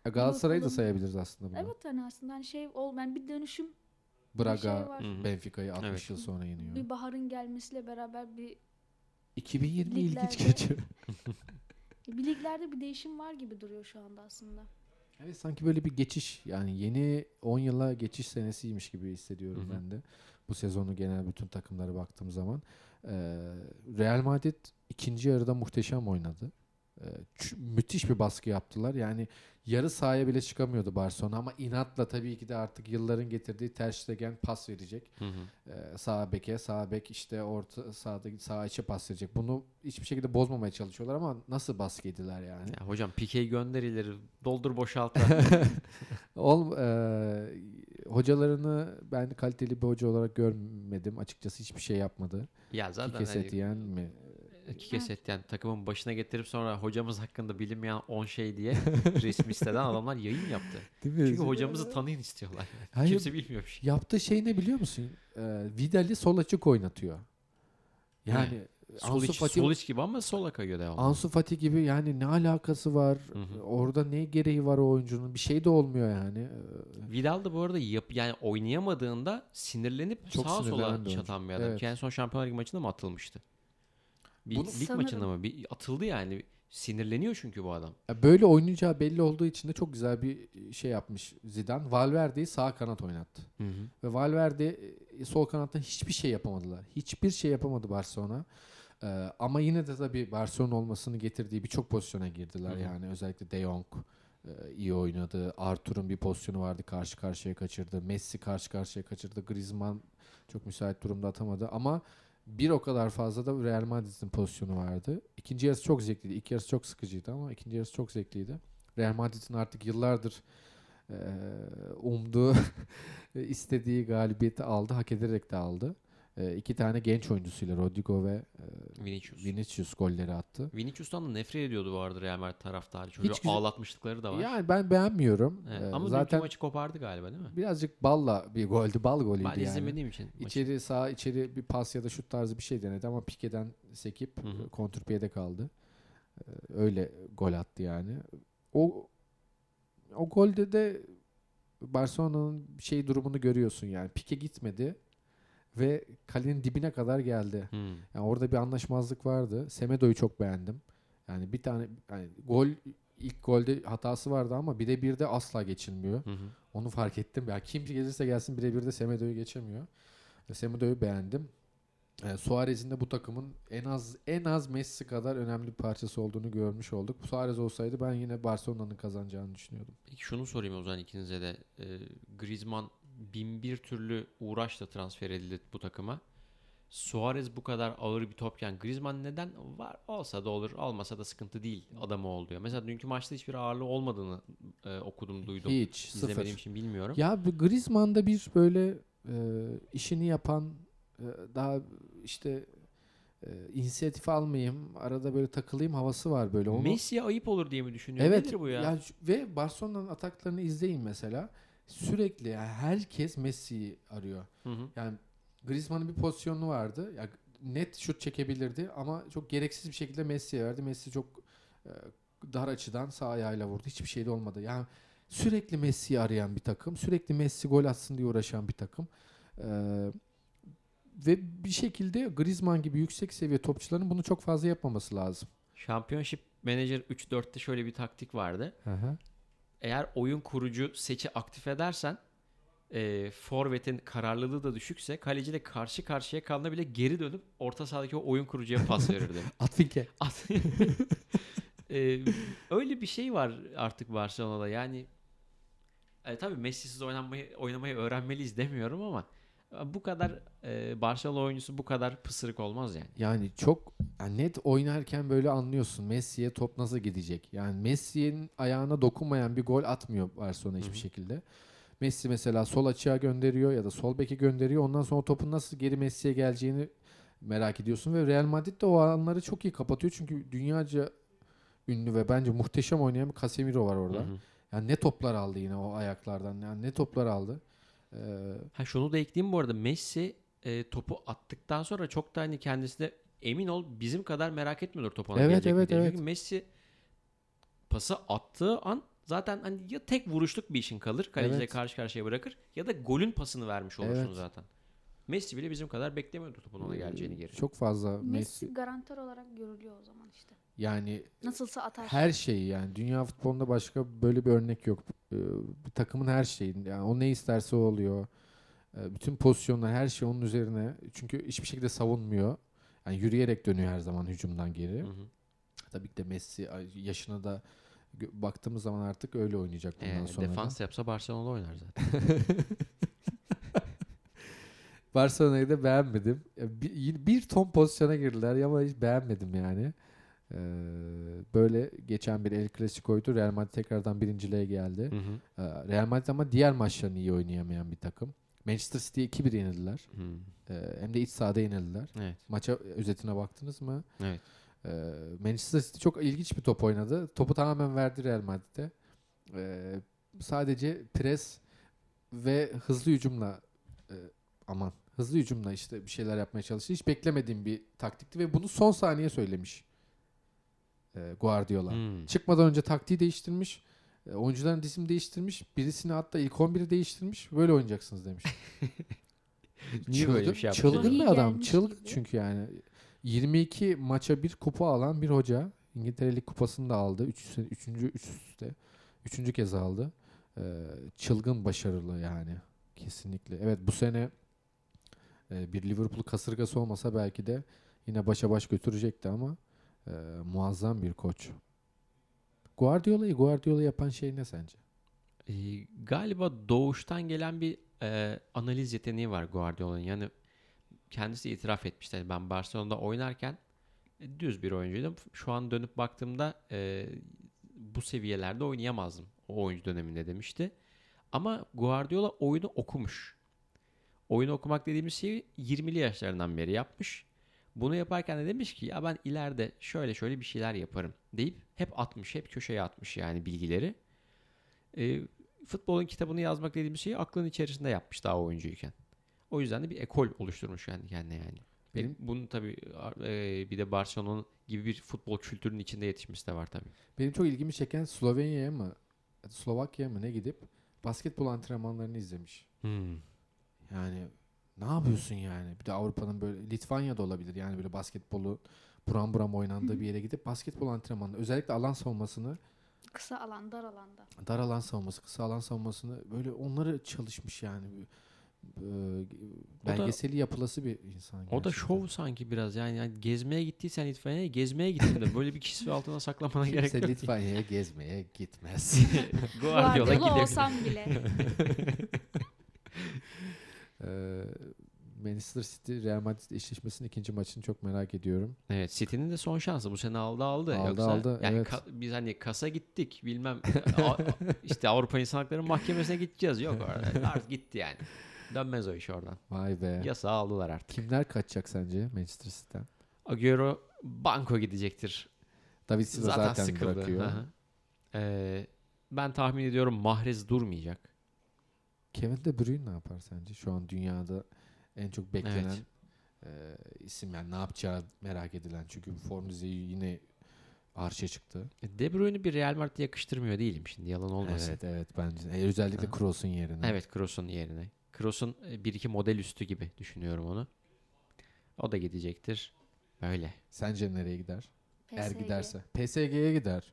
[SPEAKER 1] E, Galatasaray'ı da
[SPEAKER 3] Liverpool'un-
[SPEAKER 1] sayabiliriz aslında buna.
[SPEAKER 3] Evet hani aslında hani şey ol yani bir dönüşüm bir şey
[SPEAKER 1] Braga
[SPEAKER 3] var.
[SPEAKER 2] Hı hı.
[SPEAKER 1] Benfica'yı 60
[SPEAKER 2] Evet.
[SPEAKER 1] yıl sonra yeniyor.
[SPEAKER 3] Bir baharın gelmesiyle beraber bir,
[SPEAKER 1] 2020 ilginç
[SPEAKER 3] Liglerde-
[SPEAKER 1] geçiyor.
[SPEAKER 3] bir liglerde bir değişim var gibi duruyor şu anda aslında.
[SPEAKER 1] Evet sanki böyle bir geçiş yani yeni 10 yıla geçiş senesiymiş gibi hissediyorum
[SPEAKER 2] Hı hı.
[SPEAKER 1] ben de. Bu sezonu genel bütün takımlara baktığım zaman. Ee, Real Madrid ikinci yarıda muhteşem oynadı. Ee, ç- müthiş bir baskı yaptılar. Yani yarı sahaya bile çıkamıyordu Barcelona ama inatla tabii ki de artık yılların getirdiği Ter Stegen pas verecek.
[SPEAKER 2] Hı hı.
[SPEAKER 1] Ee, sağ beke, sağ bek işte orta sağda sağ içe pas verecek. Bunu hiçbir şekilde bozmamaya çalışıyorlar ama nasıl baskı yediler yani?
[SPEAKER 2] Ya hocam pikeyi gönder ileri. Doldur boşalt. Hı
[SPEAKER 1] Ol, eee, hocalarını ben kaliteli bir hoca olarak görmedim. Açıkçası hiçbir şey yapmadı.
[SPEAKER 2] ya zaten
[SPEAKER 1] Kike
[SPEAKER 2] hani,
[SPEAKER 1] Setien mi?
[SPEAKER 2] Kike Setien takımın başına getirip sonra hocamız hakkında bilinmeyen 10 şey diye resmi siteden adamlar yayın yaptı.
[SPEAKER 1] Değil
[SPEAKER 2] Çünkü hocamızı tanıyın istiyorlar.
[SPEAKER 1] Hayır.
[SPEAKER 2] Kimse bilmiyor bir şey.
[SPEAKER 1] Yaptığı şey ne biliyor musun? Eee, Vidal'i sol açık oynatıyor. Yani
[SPEAKER 2] Sol
[SPEAKER 1] Ansu
[SPEAKER 2] iç,
[SPEAKER 1] Fati
[SPEAKER 2] sol iç gibi ama sola kayıyor devamlı.
[SPEAKER 1] Ansu Fati gibi yani ne alakası var?
[SPEAKER 2] Hı hı.
[SPEAKER 1] Orada ne gereği var o oyuncunun? Bir şey de olmuyor yani. Eee,
[SPEAKER 2] Vidal da bu arada yap, yani oynayamadığında sinirlenip
[SPEAKER 1] Çok
[SPEAKER 2] sağa
[SPEAKER 1] sinirlenen
[SPEAKER 2] sola
[SPEAKER 1] bir oyuncu.
[SPEAKER 2] çatan bir adam.
[SPEAKER 1] Evet.
[SPEAKER 2] Ki En son Şampiyonlar Ligi maçında mı atılmıştı? Bir,
[SPEAKER 1] Bunu-
[SPEAKER 2] lig
[SPEAKER 3] Sanırım.
[SPEAKER 2] maçında mı? Bir, atıldı yani. Sinirleniyor çünkü bu adam.
[SPEAKER 1] Ya Böyle oynayacağı belli olduğu için de çok güzel bir şey yapmış Zidane. Valverde'yi sağ kanat oynattı. Ve Valverde e, sol kanatta hiçbir şey yapamadılar. Hiçbir şey yapamadı Barcelona. Ee, ama yine de tabii Barcelona olmasını getirdiği birçok pozisyona girdiler.
[SPEAKER 2] Hı hı.
[SPEAKER 1] Yani özellikle De Jong e, iyi oynadı. Arthur'un bir pozisyonu vardı karşı karşıya kaçırdı. Messi karşı karşıya kaçırdı. Griezmann çok müsait durumda atamadı. Ama bir o kadar fazla da Real Madrid'in pozisyonu vardı. İkinci yarısı çok zevkliydi. İlk yarısı çok sıkıcıydı ama ikinci yarısı çok zevkliydi. Real Madrid'in artık yıllardır e, umduğu e, istediği galibiyeti aldı. Hak ederek de aldı. E, iki tane genç oyuncusuyla Rodrigo ve e,
[SPEAKER 2] Vinicius.
[SPEAKER 1] Vinicius golleri attı.
[SPEAKER 2] Vinicius'tan da nefret ediyordu bu arada Real Madrid taraftarı. Çocuğu
[SPEAKER 1] Hiç güzel-
[SPEAKER 2] ağlatmışlıkları da var.
[SPEAKER 1] Yani ben beğenmiyorum.
[SPEAKER 2] Evet,
[SPEAKER 1] E,
[SPEAKER 2] Ama zaten
[SPEAKER 1] zaten
[SPEAKER 2] maçı kopardı galiba değil mi?
[SPEAKER 1] birazcık balla bir goldü. Bal golüydü
[SPEAKER 2] Ben
[SPEAKER 1] yani.
[SPEAKER 2] izlemediğim için. maçı.
[SPEAKER 1] İçeri sağ içeri bir pas ya da şut tarzı bir şey denedi ama Pike'den sekip
[SPEAKER 2] Hı hı.
[SPEAKER 1] kontrpiyede kaldı. Ee, Öyle gol attı yani. O o golde de Barcelona'nın şey durumunu görüyorsun yani. Pike gitmedi ve kalenin dibine kadar geldi.
[SPEAKER 2] Hmm.
[SPEAKER 1] Yani orada bir anlaşmazlık vardı. Semedo'yu çok beğendim. Yani bir tane yani gol ilk golde hatası vardı ama bire bir de asla geçilmiyor.
[SPEAKER 2] Hı hı.
[SPEAKER 1] Onu fark ettim. Ya kim gelirse gelsin birebir de Semedo'yu geçemiyor. E, Semedo'yu beğendim. E, Suarez'in de bu takımın en az en az Messi kadar önemli bir parçası olduğunu görmüş olduk. Suarez olsaydı ben yine Barcelona'nın kazanacağını düşünüyordum.
[SPEAKER 2] Peki şunu sorayım o zaman ikinize de. Ee, Griezmann bin bir türlü uğraşla transfer edildi bu takıma. Suarez bu kadar ağır bir topken Griezmann neden var olsa da olur olmasa da sıkıntı değil adamı ol diyor. Mesela dünkü maçta hiçbir ağırlığı olmadığını e, okudum duydum.
[SPEAKER 1] Hiç
[SPEAKER 2] İzlemediğim
[SPEAKER 1] sıfır.
[SPEAKER 2] için bilmiyorum.
[SPEAKER 1] Ya bu Griezmann'da bir böyle e, işini yapan e, daha işte e, inisiyatif almayayım, arada böyle takılayım havası var böyle. Onu
[SPEAKER 2] Messi'ye ayıp olur diye mi düşünüyor?
[SPEAKER 1] Evet.
[SPEAKER 2] Nedir bu ya?
[SPEAKER 1] ya ş- ve Barcelona'nın ataklarını izleyin mesela. Sürekli yani herkes Messi'yi arıyor.
[SPEAKER 2] Hı hı.
[SPEAKER 1] Yani Griezmann'ın bir pozisyonu vardı. Ya net şut çekebilirdi ama çok gereksiz bir şekilde Messi'ye verdi. Messi çok e, dar açıdan sağ ayağıyla vurdu. Hiçbir şey de olmadı. Yani sürekli Messi'yi arayan bir takım, sürekli Messi gol atsın diye uğraşan bir takım. E, ve bir şekilde Griezmann gibi yüksek seviye topçuların bunu çok fazla yapmaması lazım.
[SPEAKER 2] Championship Manager 3-4'te şöyle bir taktik vardı. Eğer oyun kurucu seçi aktif edersen e, forvetin kararlılığı da düşükse kaleciyle karşı karşıya kaldığında bile geri dönüp orta sahadaki o oyun kurucuya pas verirdi.
[SPEAKER 1] Atfinke.
[SPEAKER 2] At- E, öyle bir şey var artık Barcelona'da yani e, tabii Messi'siz oynanmayı, oynamayı öğrenmeliyiz demiyorum ama e, bu kadar e, Barcelona oyuncusu bu kadar pısırık olmaz yani.
[SPEAKER 1] Yani çok yani net oynarken böyle anlıyorsun Messi'ye top nasıl gidecek. Yani Messi'nin ayağına dokunmayan bir gol atmıyor Barcelona hiçbir
[SPEAKER 2] Hı hı.
[SPEAKER 1] şekilde. Messi mesela sol açığa gönderiyor ya da sol beke gönderiyor. Ondan sonra o topun nasıl geri Messi'ye geleceğini merak ediyorsun ve Real Madrid de o alanları çok iyi kapatıyor. Çünkü dünyaca ünlü ve bence muhteşem oynayan bir Casemiro var orada.
[SPEAKER 2] Hı hı.
[SPEAKER 1] Yani ne toplar aldı yine o ayaklardan. Yani ne toplar aldı. Ee,
[SPEAKER 2] Ha şunu da ekleyeyim bu arada Messi e, topu attıktan sonra çok da hani kendisine emin ol bizim kadar merak etmiyordur topu ona
[SPEAKER 1] Evet,
[SPEAKER 2] gelecek mi
[SPEAKER 1] evet,
[SPEAKER 2] diye.
[SPEAKER 1] evet.
[SPEAKER 2] Çünkü Messi pası attığı an zaten hani ya tek vuruşluk bir işin kalır kaleciyle
[SPEAKER 1] Evet.
[SPEAKER 2] karşı karşıya bırakır ya da golün pasını vermiş olursun
[SPEAKER 1] Evet. Ee,
[SPEAKER 2] zaten. Messi bile bizim kadar beklemiyordur topun ona geleceğini geri.
[SPEAKER 1] Çok fazla
[SPEAKER 3] Messi,
[SPEAKER 1] Messi.
[SPEAKER 3] garantör olarak görülüyor o zaman işte.
[SPEAKER 1] Yani
[SPEAKER 3] Nasılsa atar.
[SPEAKER 1] her şeyi yani dünya futbolunda başka böyle bir örnek yok. Ee, Bir takımın her şeyi yani o ne isterse o oluyor. Ee, Bütün pozisyonlar her şey onun üzerine. Çünkü hiçbir şekilde savunmuyor. Yani yürüyerek dönüyor her zaman hücumdan geri.
[SPEAKER 2] Hı hı.
[SPEAKER 1] Tabii ki de Messi ay- yaşına da gö- baktığımız zaman artık öyle oynayacak bundan
[SPEAKER 2] E,
[SPEAKER 1] sonra. da.
[SPEAKER 2] defans yapsa Barcelona'da oynar zaten.
[SPEAKER 1] Barcelona'yı da beğenmedim. Ya Bir, yine bir ton pozisyona girdiler ama hiç beğenmedim yani. Ee, böyle geçen bir El Clasico'ydu. Real Madrid tekrardan birinciliğe geldi.
[SPEAKER 2] Hı hı.
[SPEAKER 1] Ee, Real Madrid ama diğer maçlarını iyi oynayamayan bir takım. Manchester City'ye 2-1 yenildiler.
[SPEAKER 2] Hı.
[SPEAKER 1] Ee, hem de iç sahada yenildiler.
[SPEAKER 2] Evet.
[SPEAKER 1] Maça özetine baktınız mı?
[SPEAKER 2] Evet.
[SPEAKER 1] Ee, Manchester City çok ilginç bir top oynadı. Topu tamamen verdi Real Madrid'e. Ee, sadece pres ve hızlı hücumla e, aman hızlı hücumla işte bir şeyler yapmaya çalıştı. Hiç beklemediğim bir taktikti ve bunu son saniye söylemiş ee, Guardiola.
[SPEAKER 2] Hı.
[SPEAKER 1] Çıkmadan önce taktiği değiştirmiş. E, Oyuncuların isim değiştirmiş. Birisini hatta ilk 11'i değiştirmiş. Böyle oynayacaksınız demiş.
[SPEAKER 2] Niye böyle bir şey yaptı
[SPEAKER 1] çılgın
[SPEAKER 3] acaba?
[SPEAKER 1] bir adam.
[SPEAKER 3] Gelmiş
[SPEAKER 1] Çılgın
[SPEAKER 3] gibi.
[SPEAKER 1] çünkü yani. 22 maça bir kupa alan bir hoca. İngiltere Lig kupasını da aldı. Üç, sene- üçüncü, üç üste. Üçüncü kez aldı. E, çılgın başarılı yani. Kesinlikle. Evet bu sene e, bir Liverpool kasırgası olmasa belki de yine başa baş götürecekti ama e, muazzam bir koç. Guardiola'yı Guardiola yapan şey ne sence?
[SPEAKER 2] E, galiba doğuştan gelen bir e, analiz yeteneği var Guardiola'nın. Yani kendisi itiraf etmişti. Yani ben Barcelona'da oynarken e, düz bir oyuncuydum. Şu an dönüp baktığımda e, bu seviyelerde oynayamazdım o oyuncu döneminde demişti. Ama Guardiola oyunu okumuş. Oyunu okumak dediğimiz şeyi 20'li yaşlarından beri yapmış. Bunu yaparken de demiş ki ya ben ileride şöyle şöyle bir şeyler yaparım deyip hep atmış, hep köşeye atmış yani bilgileri. E, futbolun kitabını yazmak dediğimiz şeyi aklının içerisinde yapmış daha oyuncuyken. O yüzden de bir ekol oluşturmuş yani kendine yani.
[SPEAKER 1] Benim-
[SPEAKER 2] Benim... Bunun tabii e, bir de Barcelona gibi bir futbol kültürünün içinde yetişmesi de var tabii.
[SPEAKER 1] Benim çok ilgimi çeken Slovenya'ya mı Slovakya'ya mı ne gidip basketbol antrenmanlarını izlemiş. Yani ne yapıyorsun yani? Bir de Avrupa'nın böyle Litvanya'da olabilir yani böyle basketbolu buram buram oynandığı bir yere gidip basketbol antrenmanı özellikle alan savunmasını
[SPEAKER 3] Kısa alan, dar alanda.
[SPEAKER 1] dar alan savunması kısa alan savunmasını böyle onları çalışmış yani. Ee,
[SPEAKER 2] da-
[SPEAKER 1] Belgeseli yapılası bir insan.
[SPEAKER 2] O da
[SPEAKER 1] gerçekten.
[SPEAKER 2] şov sanki biraz yani, yani gezmeye gittiysen Litvanya'ya gezmeye gittin de böyle bir kişisi altına saklamana gerek
[SPEAKER 1] Kimse
[SPEAKER 2] yok.
[SPEAKER 1] Litvanya'ya gezmeye gitmez.
[SPEAKER 2] Guardiola
[SPEAKER 3] Guardiola
[SPEAKER 2] gidebilir.
[SPEAKER 3] olsam bile.
[SPEAKER 1] Ee, Manchester City Real Madrid eşleşmesinin ikinci maçını çok merak ediyorum.
[SPEAKER 2] Evet City'nin de son şansı bu sene aldı aldı.
[SPEAKER 1] Aldı,
[SPEAKER 2] Yoksa
[SPEAKER 1] aldı,
[SPEAKER 2] yani
[SPEAKER 1] evet.
[SPEAKER 2] ka- biz hani kasa gittik bilmem A- işte Avrupa İnsan Hakları Mahkemesi'ne gideceğiz. Yok orada artık gitti yani. Dönmez o iş oradan.
[SPEAKER 1] Vay be.
[SPEAKER 2] Yasağı aldılar artık.
[SPEAKER 1] Kimler kaçacak sence Manchester City'den?
[SPEAKER 2] Agüero banko gidecektir.
[SPEAKER 1] David Silva zaten,
[SPEAKER 2] sıkıldı.
[SPEAKER 1] bırakıyor.
[SPEAKER 2] Hı hı. Ee, ben tahmin ediyorum Mahrez durmayacak.
[SPEAKER 1] Kevin De Bruyne ne yapar sence? Şu an dünyada en çok beklenen e, isim yani ne yapacağı merak edilen. Çünkü bu form düzeyi yine arşa çıktı.
[SPEAKER 2] E, De Bruyne'i bir Real Madrid'e yakıştırmıyor değilim şimdi yalan olmasın.
[SPEAKER 1] Evet evet bence. E, özellikle
[SPEAKER 2] Hı.
[SPEAKER 1] Kroos'un yerine.
[SPEAKER 2] Evet Kroos'un yerine. Kroos'un e, bir iki model üstü gibi düşünüyorum onu. O da gidecektir. Öyle.
[SPEAKER 1] Sence nereye gider? Eğer
[SPEAKER 3] PSG.
[SPEAKER 1] giderse. PSG'ye gider.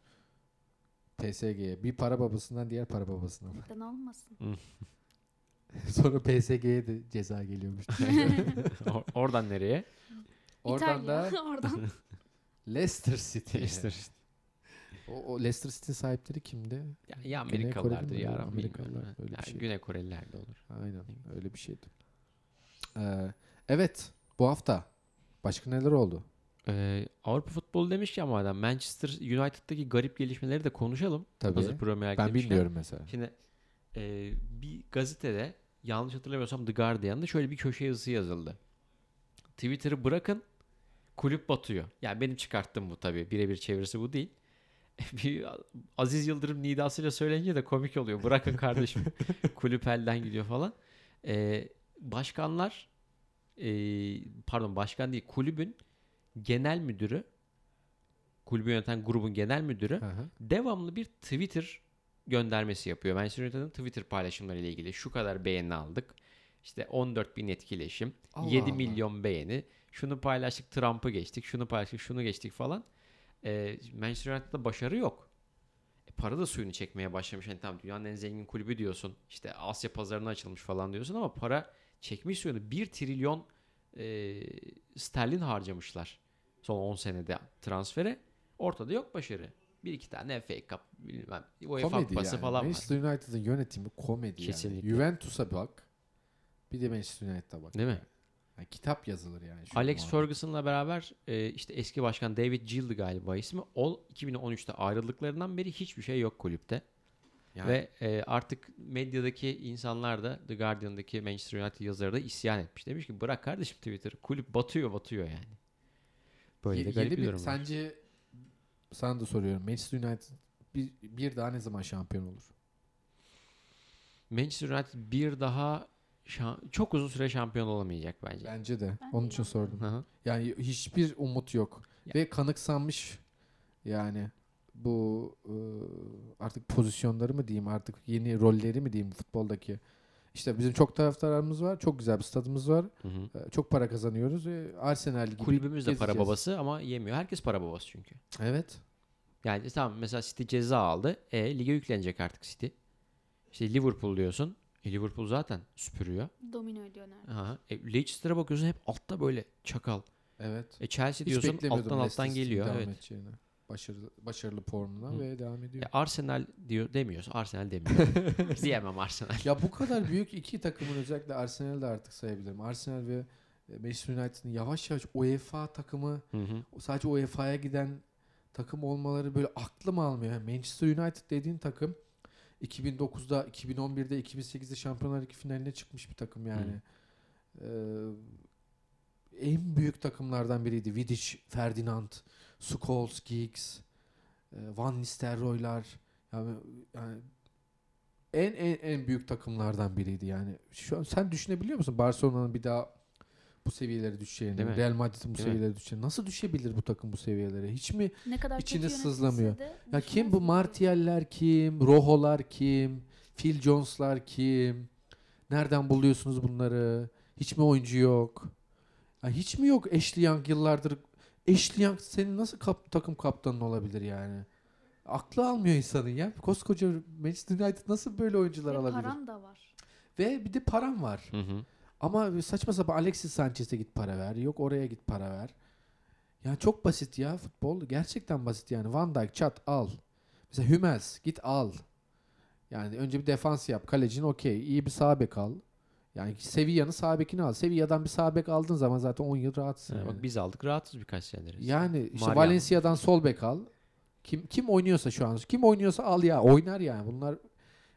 [SPEAKER 1] PSG'ye. Bir para babasından diğer para babasına.
[SPEAKER 3] Neden olmasın?
[SPEAKER 1] Sonra PSG'ye de ceza geliyormuş.
[SPEAKER 2] Or- oradan nereye?
[SPEAKER 1] Oradan da
[SPEAKER 3] İtalya. Oradan.
[SPEAKER 1] Leicester City.
[SPEAKER 2] Leicester
[SPEAKER 1] O, o Leicester City sahipleri kimdi?
[SPEAKER 2] Ya, ya
[SPEAKER 1] Güney
[SPEAKER 2] Amerikalılardır
[SPEAKER 1] Koreli mi?
[SPEAKER 2] ya Rabbim
[SPEAKER 1] Amerikalılar,
[SPEAKER 2] bilmiyorum.
[SPEAKER 1] öyle bir
[SPEAKER 2] Ya
[SPEAKER 1] şey.
[SPEAKER 2] Güney Koreliler de olur.
[SPEAKER 1] Aynen öyle bir şeydi. Ee, evet bu hafta başka neler oldu?
[SPEAKER 2] Ee, Avrupa futbolu demiş ya madem Manchester United'daki garip gelişmeleri de konuşalım.
[SPEAKER 1] Tabii.
[SPEAKER 2] Hazır Premier Lig
[SPEAKER 1] Ben
[SPEAKER 2] demişken.
[SPEAKER 1] bilmiyorum mesela.
[SPEAKER 2] Şimdi e, bir gazetede yanlış hatırlamıyorsam The Guardian'da şöyle bir köşe yazısı yazıldı. Twitter'ı bırakın kulüp batıyor. Yani benim çıkarttım bu tabii. Birebir çevirisi bu değil. bir Aziz Yıldırım nidasıyla söylenince de komik oluyor. Bırakın kardeşim kulüp elden gidiyor falan. E, başkanlar e, pardon başkan değil kulübün genel müdürü kulübü yöneten grubun genel müdürü
[SPEAKER 1] Aha.
[SPEAKER 2] devamlı bir Twitter göndermesi yapıyor. Manchester United'ın Twitter paylaşımları ile ilgili şu kadar beğeni aldık. İşte 14 bin etkileşim,
[SPEAKER 1] Allah
[SPEAKER 2] 7
[SPEAKER 1] Allah.
[SPEAKER 2] milyon beğeni, şunu paylaştık Trump'ı geçtik, şunu paylaştık şunu geçtik falan. Ee, Manchester United'da başarı yok. E, para da suyunu çekmeye başlamış. Yani tamam dünyanın en zengin kulübü diyorsun. İşte Asya pazarına açılmış falan diyorsun ama para çekmiş suyunu. 1 trilyon e, sterlin harcamışlar son 10 senede transfere. Ortada yok başarı. Bir iki tane FA Cup bilmem UEFA
[SPEAKER 1] Komedi
[SPEAKER 2] Kupası
[SPEAKER 1] yani.
[SPEAKER 2] falan var.
[SPEAKER 1] Manchester United'ın yönetimi komedi
[SPEAKER 2] Kesinlikle.
[SPEAKER 1] yani. Juventus'a bak. Bir de Manchester United'a bak.
[SPEAKER 2] Değil mi?
[SPEAKER 1] Yani. Yani kitap yazılır yani. şu
[SPEAKER 2] Alex
[SPEAKER 1] muhabbet.
[SPEAKER 2] Ferguson'la beraber e, işte eski başkan David Gill'di galiba ismi. O 2013'te ayrıldıklarından beri hiçbir şey yok kulüpte.
[SPEAKER 1] Yani.
[SPEAKER 2] Ve e, artık medyadaki insanlar da The Guardian'daki Manchester United yazarı da isyan etmiş. Demiş ki bırak kardeşim Twitter. Kulüp batıyor batıyor yani. Böyle
[SPEAKER 1] Ye-
[SPEAKER 2] de garip
[SPEAKER 1] yeni
[SPEAKER 2] bir durum var.
[SPEAKER 1] Sence sana da soruyorum. Manchester United bir, bir daha ne zaman şampiyon olur?
[SPEAKER 2] Manchester United bir daha şa- çok uzun süre şampiyon olamayacak bence.
[SPEAKER 1] Bence de.
[SPEAKER 3] Ben de
[SPEAKER 1] Onun için sordum.
[SPEAKER 2] Hı hı.
[SPEAKER 1] Yani hiçbir umut yok.
[SPEAKER 2] Ya.
[SPEAKER 1] Ve kanıksanmış yani bu e, artık pozisyonları mı diyeyim artık yeni rolleri mi diyeyim futboldaki. İşte bizim çok taraftarlarımız var. Çok güzel bir stadımız var.
[SPEAKER 2] Hı hı.
[SPEAKER 1] e, Çok para kazanıyoruz. E, Arsenal gibi
[SPEAKER 2] Kulübümüz de para
[SPEAKER 1] gezeceğiz.
[SPEAKER 2] babası ama yemiyor. Herkes para babası çünkü.
[SPEAKER 1] Evet.
[SPEAKER 2] Yani tamam mesela City ceza aldı. E lige yüklenecek artık City. İşte Liverpool diyorsun. E, Liverpool zaten süpürüyor.
[SPEAKER 3] Domino ediyor neredeyse.
[SPEAKER 2] Aha. E, Leicester'a bakıyorsun hep altta böyle çakal.
[SPEAKER 1] Evet.
[SPEAKER 2] E Chelsea diyorsun
[SPEAKER 1] beklemiyordum
[SPEAKER 2] alttan
[SPEAKER 1] Leicester
[SPEAKER 2] alttan
[SPEAKER 1] City'nin
[SPEAKER 2] geliyor.
[SPEAKER 1] devam
[SPEAKER 2] Evet.
[SPEAKER 1] edeceğini. Başarılı, başarılı formuna
[SPEAKER 2] Hı.
[SPEAKER 1] ve devam ediyor.
[SPEAKER 2] E, Arsenal diyor demiyoruz. Arsenal demiyor. Diyemem Arsenal.
[SPEAKER 1] Ya bu kadar büyük iki takımın özellikle Arsenal'i de artık sayabilirim. Arsenal ve e, Manchester United'ın yavaş yavaş UEFA takımı
[SPEAKER 2] Hı hı.
[SPEAKER 1] sadece UEFA'ya giden takım olmaları böyle aklım almıyor. Yani Manchester United dediğin takım 2009'da, 2011'de, 2008'de Şampiyonlar Ligi finaline çıkmış bir takım yani. Ee, en büyük takımlardan biriydi. Vidic, Ferdinand, Scholes, Giggs, e, Van Nistelrooy'lar. Yani, yani en en en büyük takımlardan biriydi yani. Şu an sen düşünebiliyor musun Barcelona'nın bir daha bu seviyelere düşeceğini,
[SPEAKER 2] Değil mi?
[SPEAKER 1] Real Madrid'in bu
[SPEAKER 2] Değil mi?
[SPEAKER 1] seviyelere düşeceğini. Nasıl düşebilir bu takım bu seviyelere? Hiç mi?
[SPEAKER 3] Ne kadar
[SPEAKER 1] İçine
[SPEAKER 3] kötü yönetilse
[SPEAKER 1] sızlamıyor.
[SPEAKER 3] de
[SPEAKER 1] Ya kim bu
[SPEAKER 3] düşünmezsin ki.
[SPEAKER 1] Martial'ler kim? Roho'lar kim? Phil Jones'lar kim? Nereden buluyorsunuz bunları? Hiç mi oyuncu yok? Ya hiç mi yok Ashley Young yıllardır? Ashley Young senin nasıl kap- takım kaptanın olabilir yani? Aklı almıyor insanın ya. Koskoca Manchester United nasıl böyle oyuncular
[SPEAKER 3] Ve
[SPEAKER 1] alabilir?
[SPEAKER 3] paran da var.
[SPEAKER 1] Ve bir de param var.
[SPEAKER 2] Hı hı.
[SPEAKER 1] Ama saçma sapan Alexis Sanchez'e git para ver. Yok oraya git para ver. Ya çok basit ya futbol. Gerçekten basit yani. Van Dijk çat al. Mesela Hummels git al. Yani önce bir defans yap. Kalecin okey. iyi bir sağ bek al. Yani Sevilla'nın sağ bekini al. Sevilla'dan bir sağ bek aldığın zaman zaten 10 yıl rahatsın.
[SPEAKER 2] Ha,
[SPEAKER 1] yani.
[SPEAKER 2] bak biz aldık rahatız birkaç senedir.
[SPEAKER 1] Yani işte
[SPEAKER 2] Mariano.
[SPEAKER 1] Valencia'dan sol bek al. Kim kim oynuyorsa şu an kim oynuyorsa al ya oynar yani. Bunlar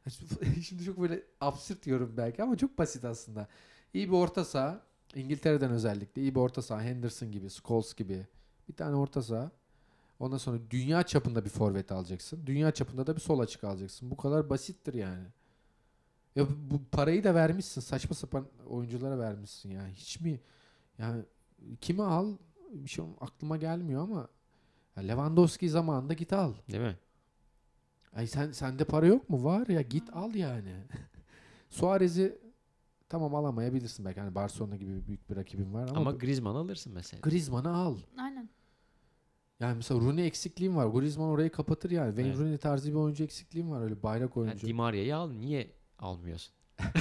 [SPEAKER 1] şimdi çok böyle absürt diyorum belki ama çok basit aslında. İyi bir orta saha İngiltere'den özellikle iyi bir orta saha Henderson gibi, Scholes gibi bir tane orta saha. Ondan sonra dünya çapında bir forvet alacaksın. Dünya çapında da bir sol açık alacaksın. Bu kadar basittir yani. Ya bu bu parayı da vermişsin. Saçma sapan oyunculara vermişsin ya. Hiç mi yani kimi al bir şey aklıma gelmiyor ama ya Lewandowski zamanında git al.
[SPEAKER 2] Değil mi?
[SPEAKER 1] Ay sen sende para yok mu? Var ya git al yani. Suarez'i tamam alamayabilirsin belki. Hani Barcelona gibi büyük bir rakibin var ama,
[SPEAKER 2] Ama
[SPEAKER 1] bu-
[SPEAKER 2] Griezmann alırsın mesela.
[SPEAKER 1] Griezmann'ı al.
[SPEAKER 3] Aynen.
[SPEAKER 1] Yani mesela Rooney eksikliğim var. Griezmann orayı kapatır yani. Wayne
[SPEAKER 2] Evet.
[SPEAKER 1] Rooney tarzı bir oyuncu eksikliğim var. Öyle bayrak
[SPEAKER 2] Yani
[SPEAKER 1] oyuncu.
[SPEAKER 2] Di Maria'yı al niye almıyorsun?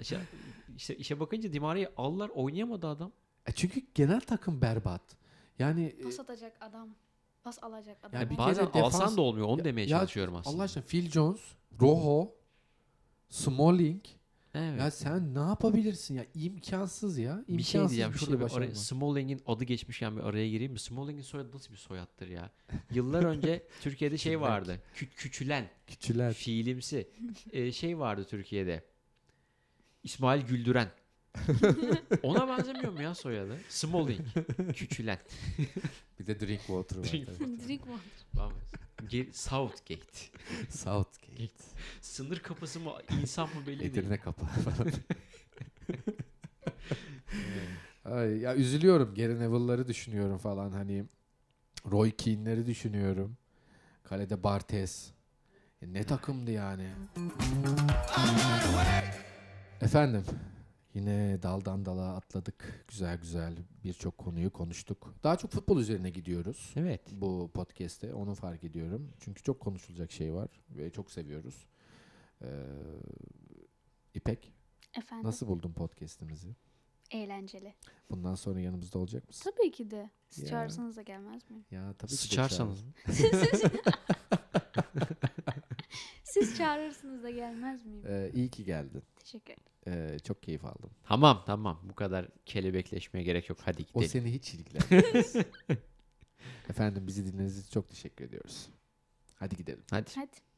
[SPEAKER 2] işte, işte işe bakınca Di Maria'yı allar oynayamadı adam.
[SPEAKER 1] E çünkü genel takım berbat. Yani e,
[SPEAKER 3] Pas atacak adam. Pas alacak adam.
[SPEAKER 1] Ya bir
[SPEAKER 3] olmaz.
[SPEAKER 2] Bazen
[SPEAKER 1] kere defans-
[SPEAKER 2] alsan da olmuyor onu
[SPEAKER 1] Ya-
[SPEAKER 2] demeye
[SPEAKER 1] ya
[SPEAKER 2] çalışıyorum aslında.
[SPEAKER 1] Allah aşkına Phil Jones, Rojo, Smalling
[SPEAKER 2] Evet.
[SPEAKER 1] Ya sen ne yapabilirsin ya? İmkansız ya. İmkansız
[SPEAKER 2] bir şey diyeceğim. Şurada bir
[SPEAKER 1] başarmak.
[SPEAKER 2] araya, Smalling'in adı geçmişken bir araya gireyim mi? Smalling'in soyadı nasıl bir soyattır ya? Yıllar önce Türkiye'de şey
[SPEAKER 1] Küçülen.
[SPEAKER 2] vardı. Kü- küçülen.
[SPEAKER 1] Küçüler.
[SPEAKER 2] Fiilimsi. Ee, şey vardı Türkiye'de. İsmail Güldüren. Ona benzemiyor mu ya soyadı? Smalling. Küçülen.
[SPEAKER 1] Bir de drink water var.
[SPEAKER 2] Drink
[SPEAKER 1] tabii.
[SPEAKER 3] Drink water.
[SPEAKER 2] Vamos. Ge- Southgate.
[SPEAKER 1] Southgate.
[SPEAKER 2] Sınır kapısı mı insan mı belli değil.
[SPEAKER 1] Edirne kapağı falan. Hmm. Ay, ya üzülüyorum. Gary Neville'ları düşünüyorum falan hani. Roy Keane'leri düşünüyorum. Kalede Bartes. E, Ne takımdı yani. Efendim. Yine daldan dala atladık. Güzel güzel birçok konuyu konuştuk. Daha çok futbol üzerine gidiyoruz
[SPEAKER 2] Evet.
[SPEAKER 1] bu podcast'te. Onu fark ediyorum. Çünkü çok konuşulacak şey var ve çok seviyoruz. Ee, İpek,
[SPEAKER 3] Efendim.
[SPEAKER 1] nasıl buldun podcast'imizi?
[SPEAKER 3] Eğlenceli.
[SPEAKER 1] Bundan sonra yanımızda olacak mısın?
[SPEAKER 3] Tabii ki de.
[SPEAKER 1] Ya.
[SPEAKER 3] Siz çağırsanız da gelmez miyim?
[SPEAKER 1] Ya tabii ki de
[SPEAKER 2] Sıçarsanız mı?
[SPEAKER 3] Siz çağırırsınız da gelmez miyim?
[SPEAKER 1] çağırırız. Ee, iyi ki geldin.
[SPEAKER 3] Teşekkür ederim.
[SPEAKER 1] Ee, çok keyif aldım.
[SPEAKER 2] Tamam tamam bu kadar kelebekleşmeye gerek yok hadi
[SPEAKER 1] O
[SPEAKER 2] gidelim.
[SPEAKER 1] seni hiç ilgilendirmez. Efendim bizi dinlediğiniz için çok teşekkür ediyoruz. Hadi gidelim.
[SPEAKER 2] Hadi.
[SPEAKER 3] Hadi.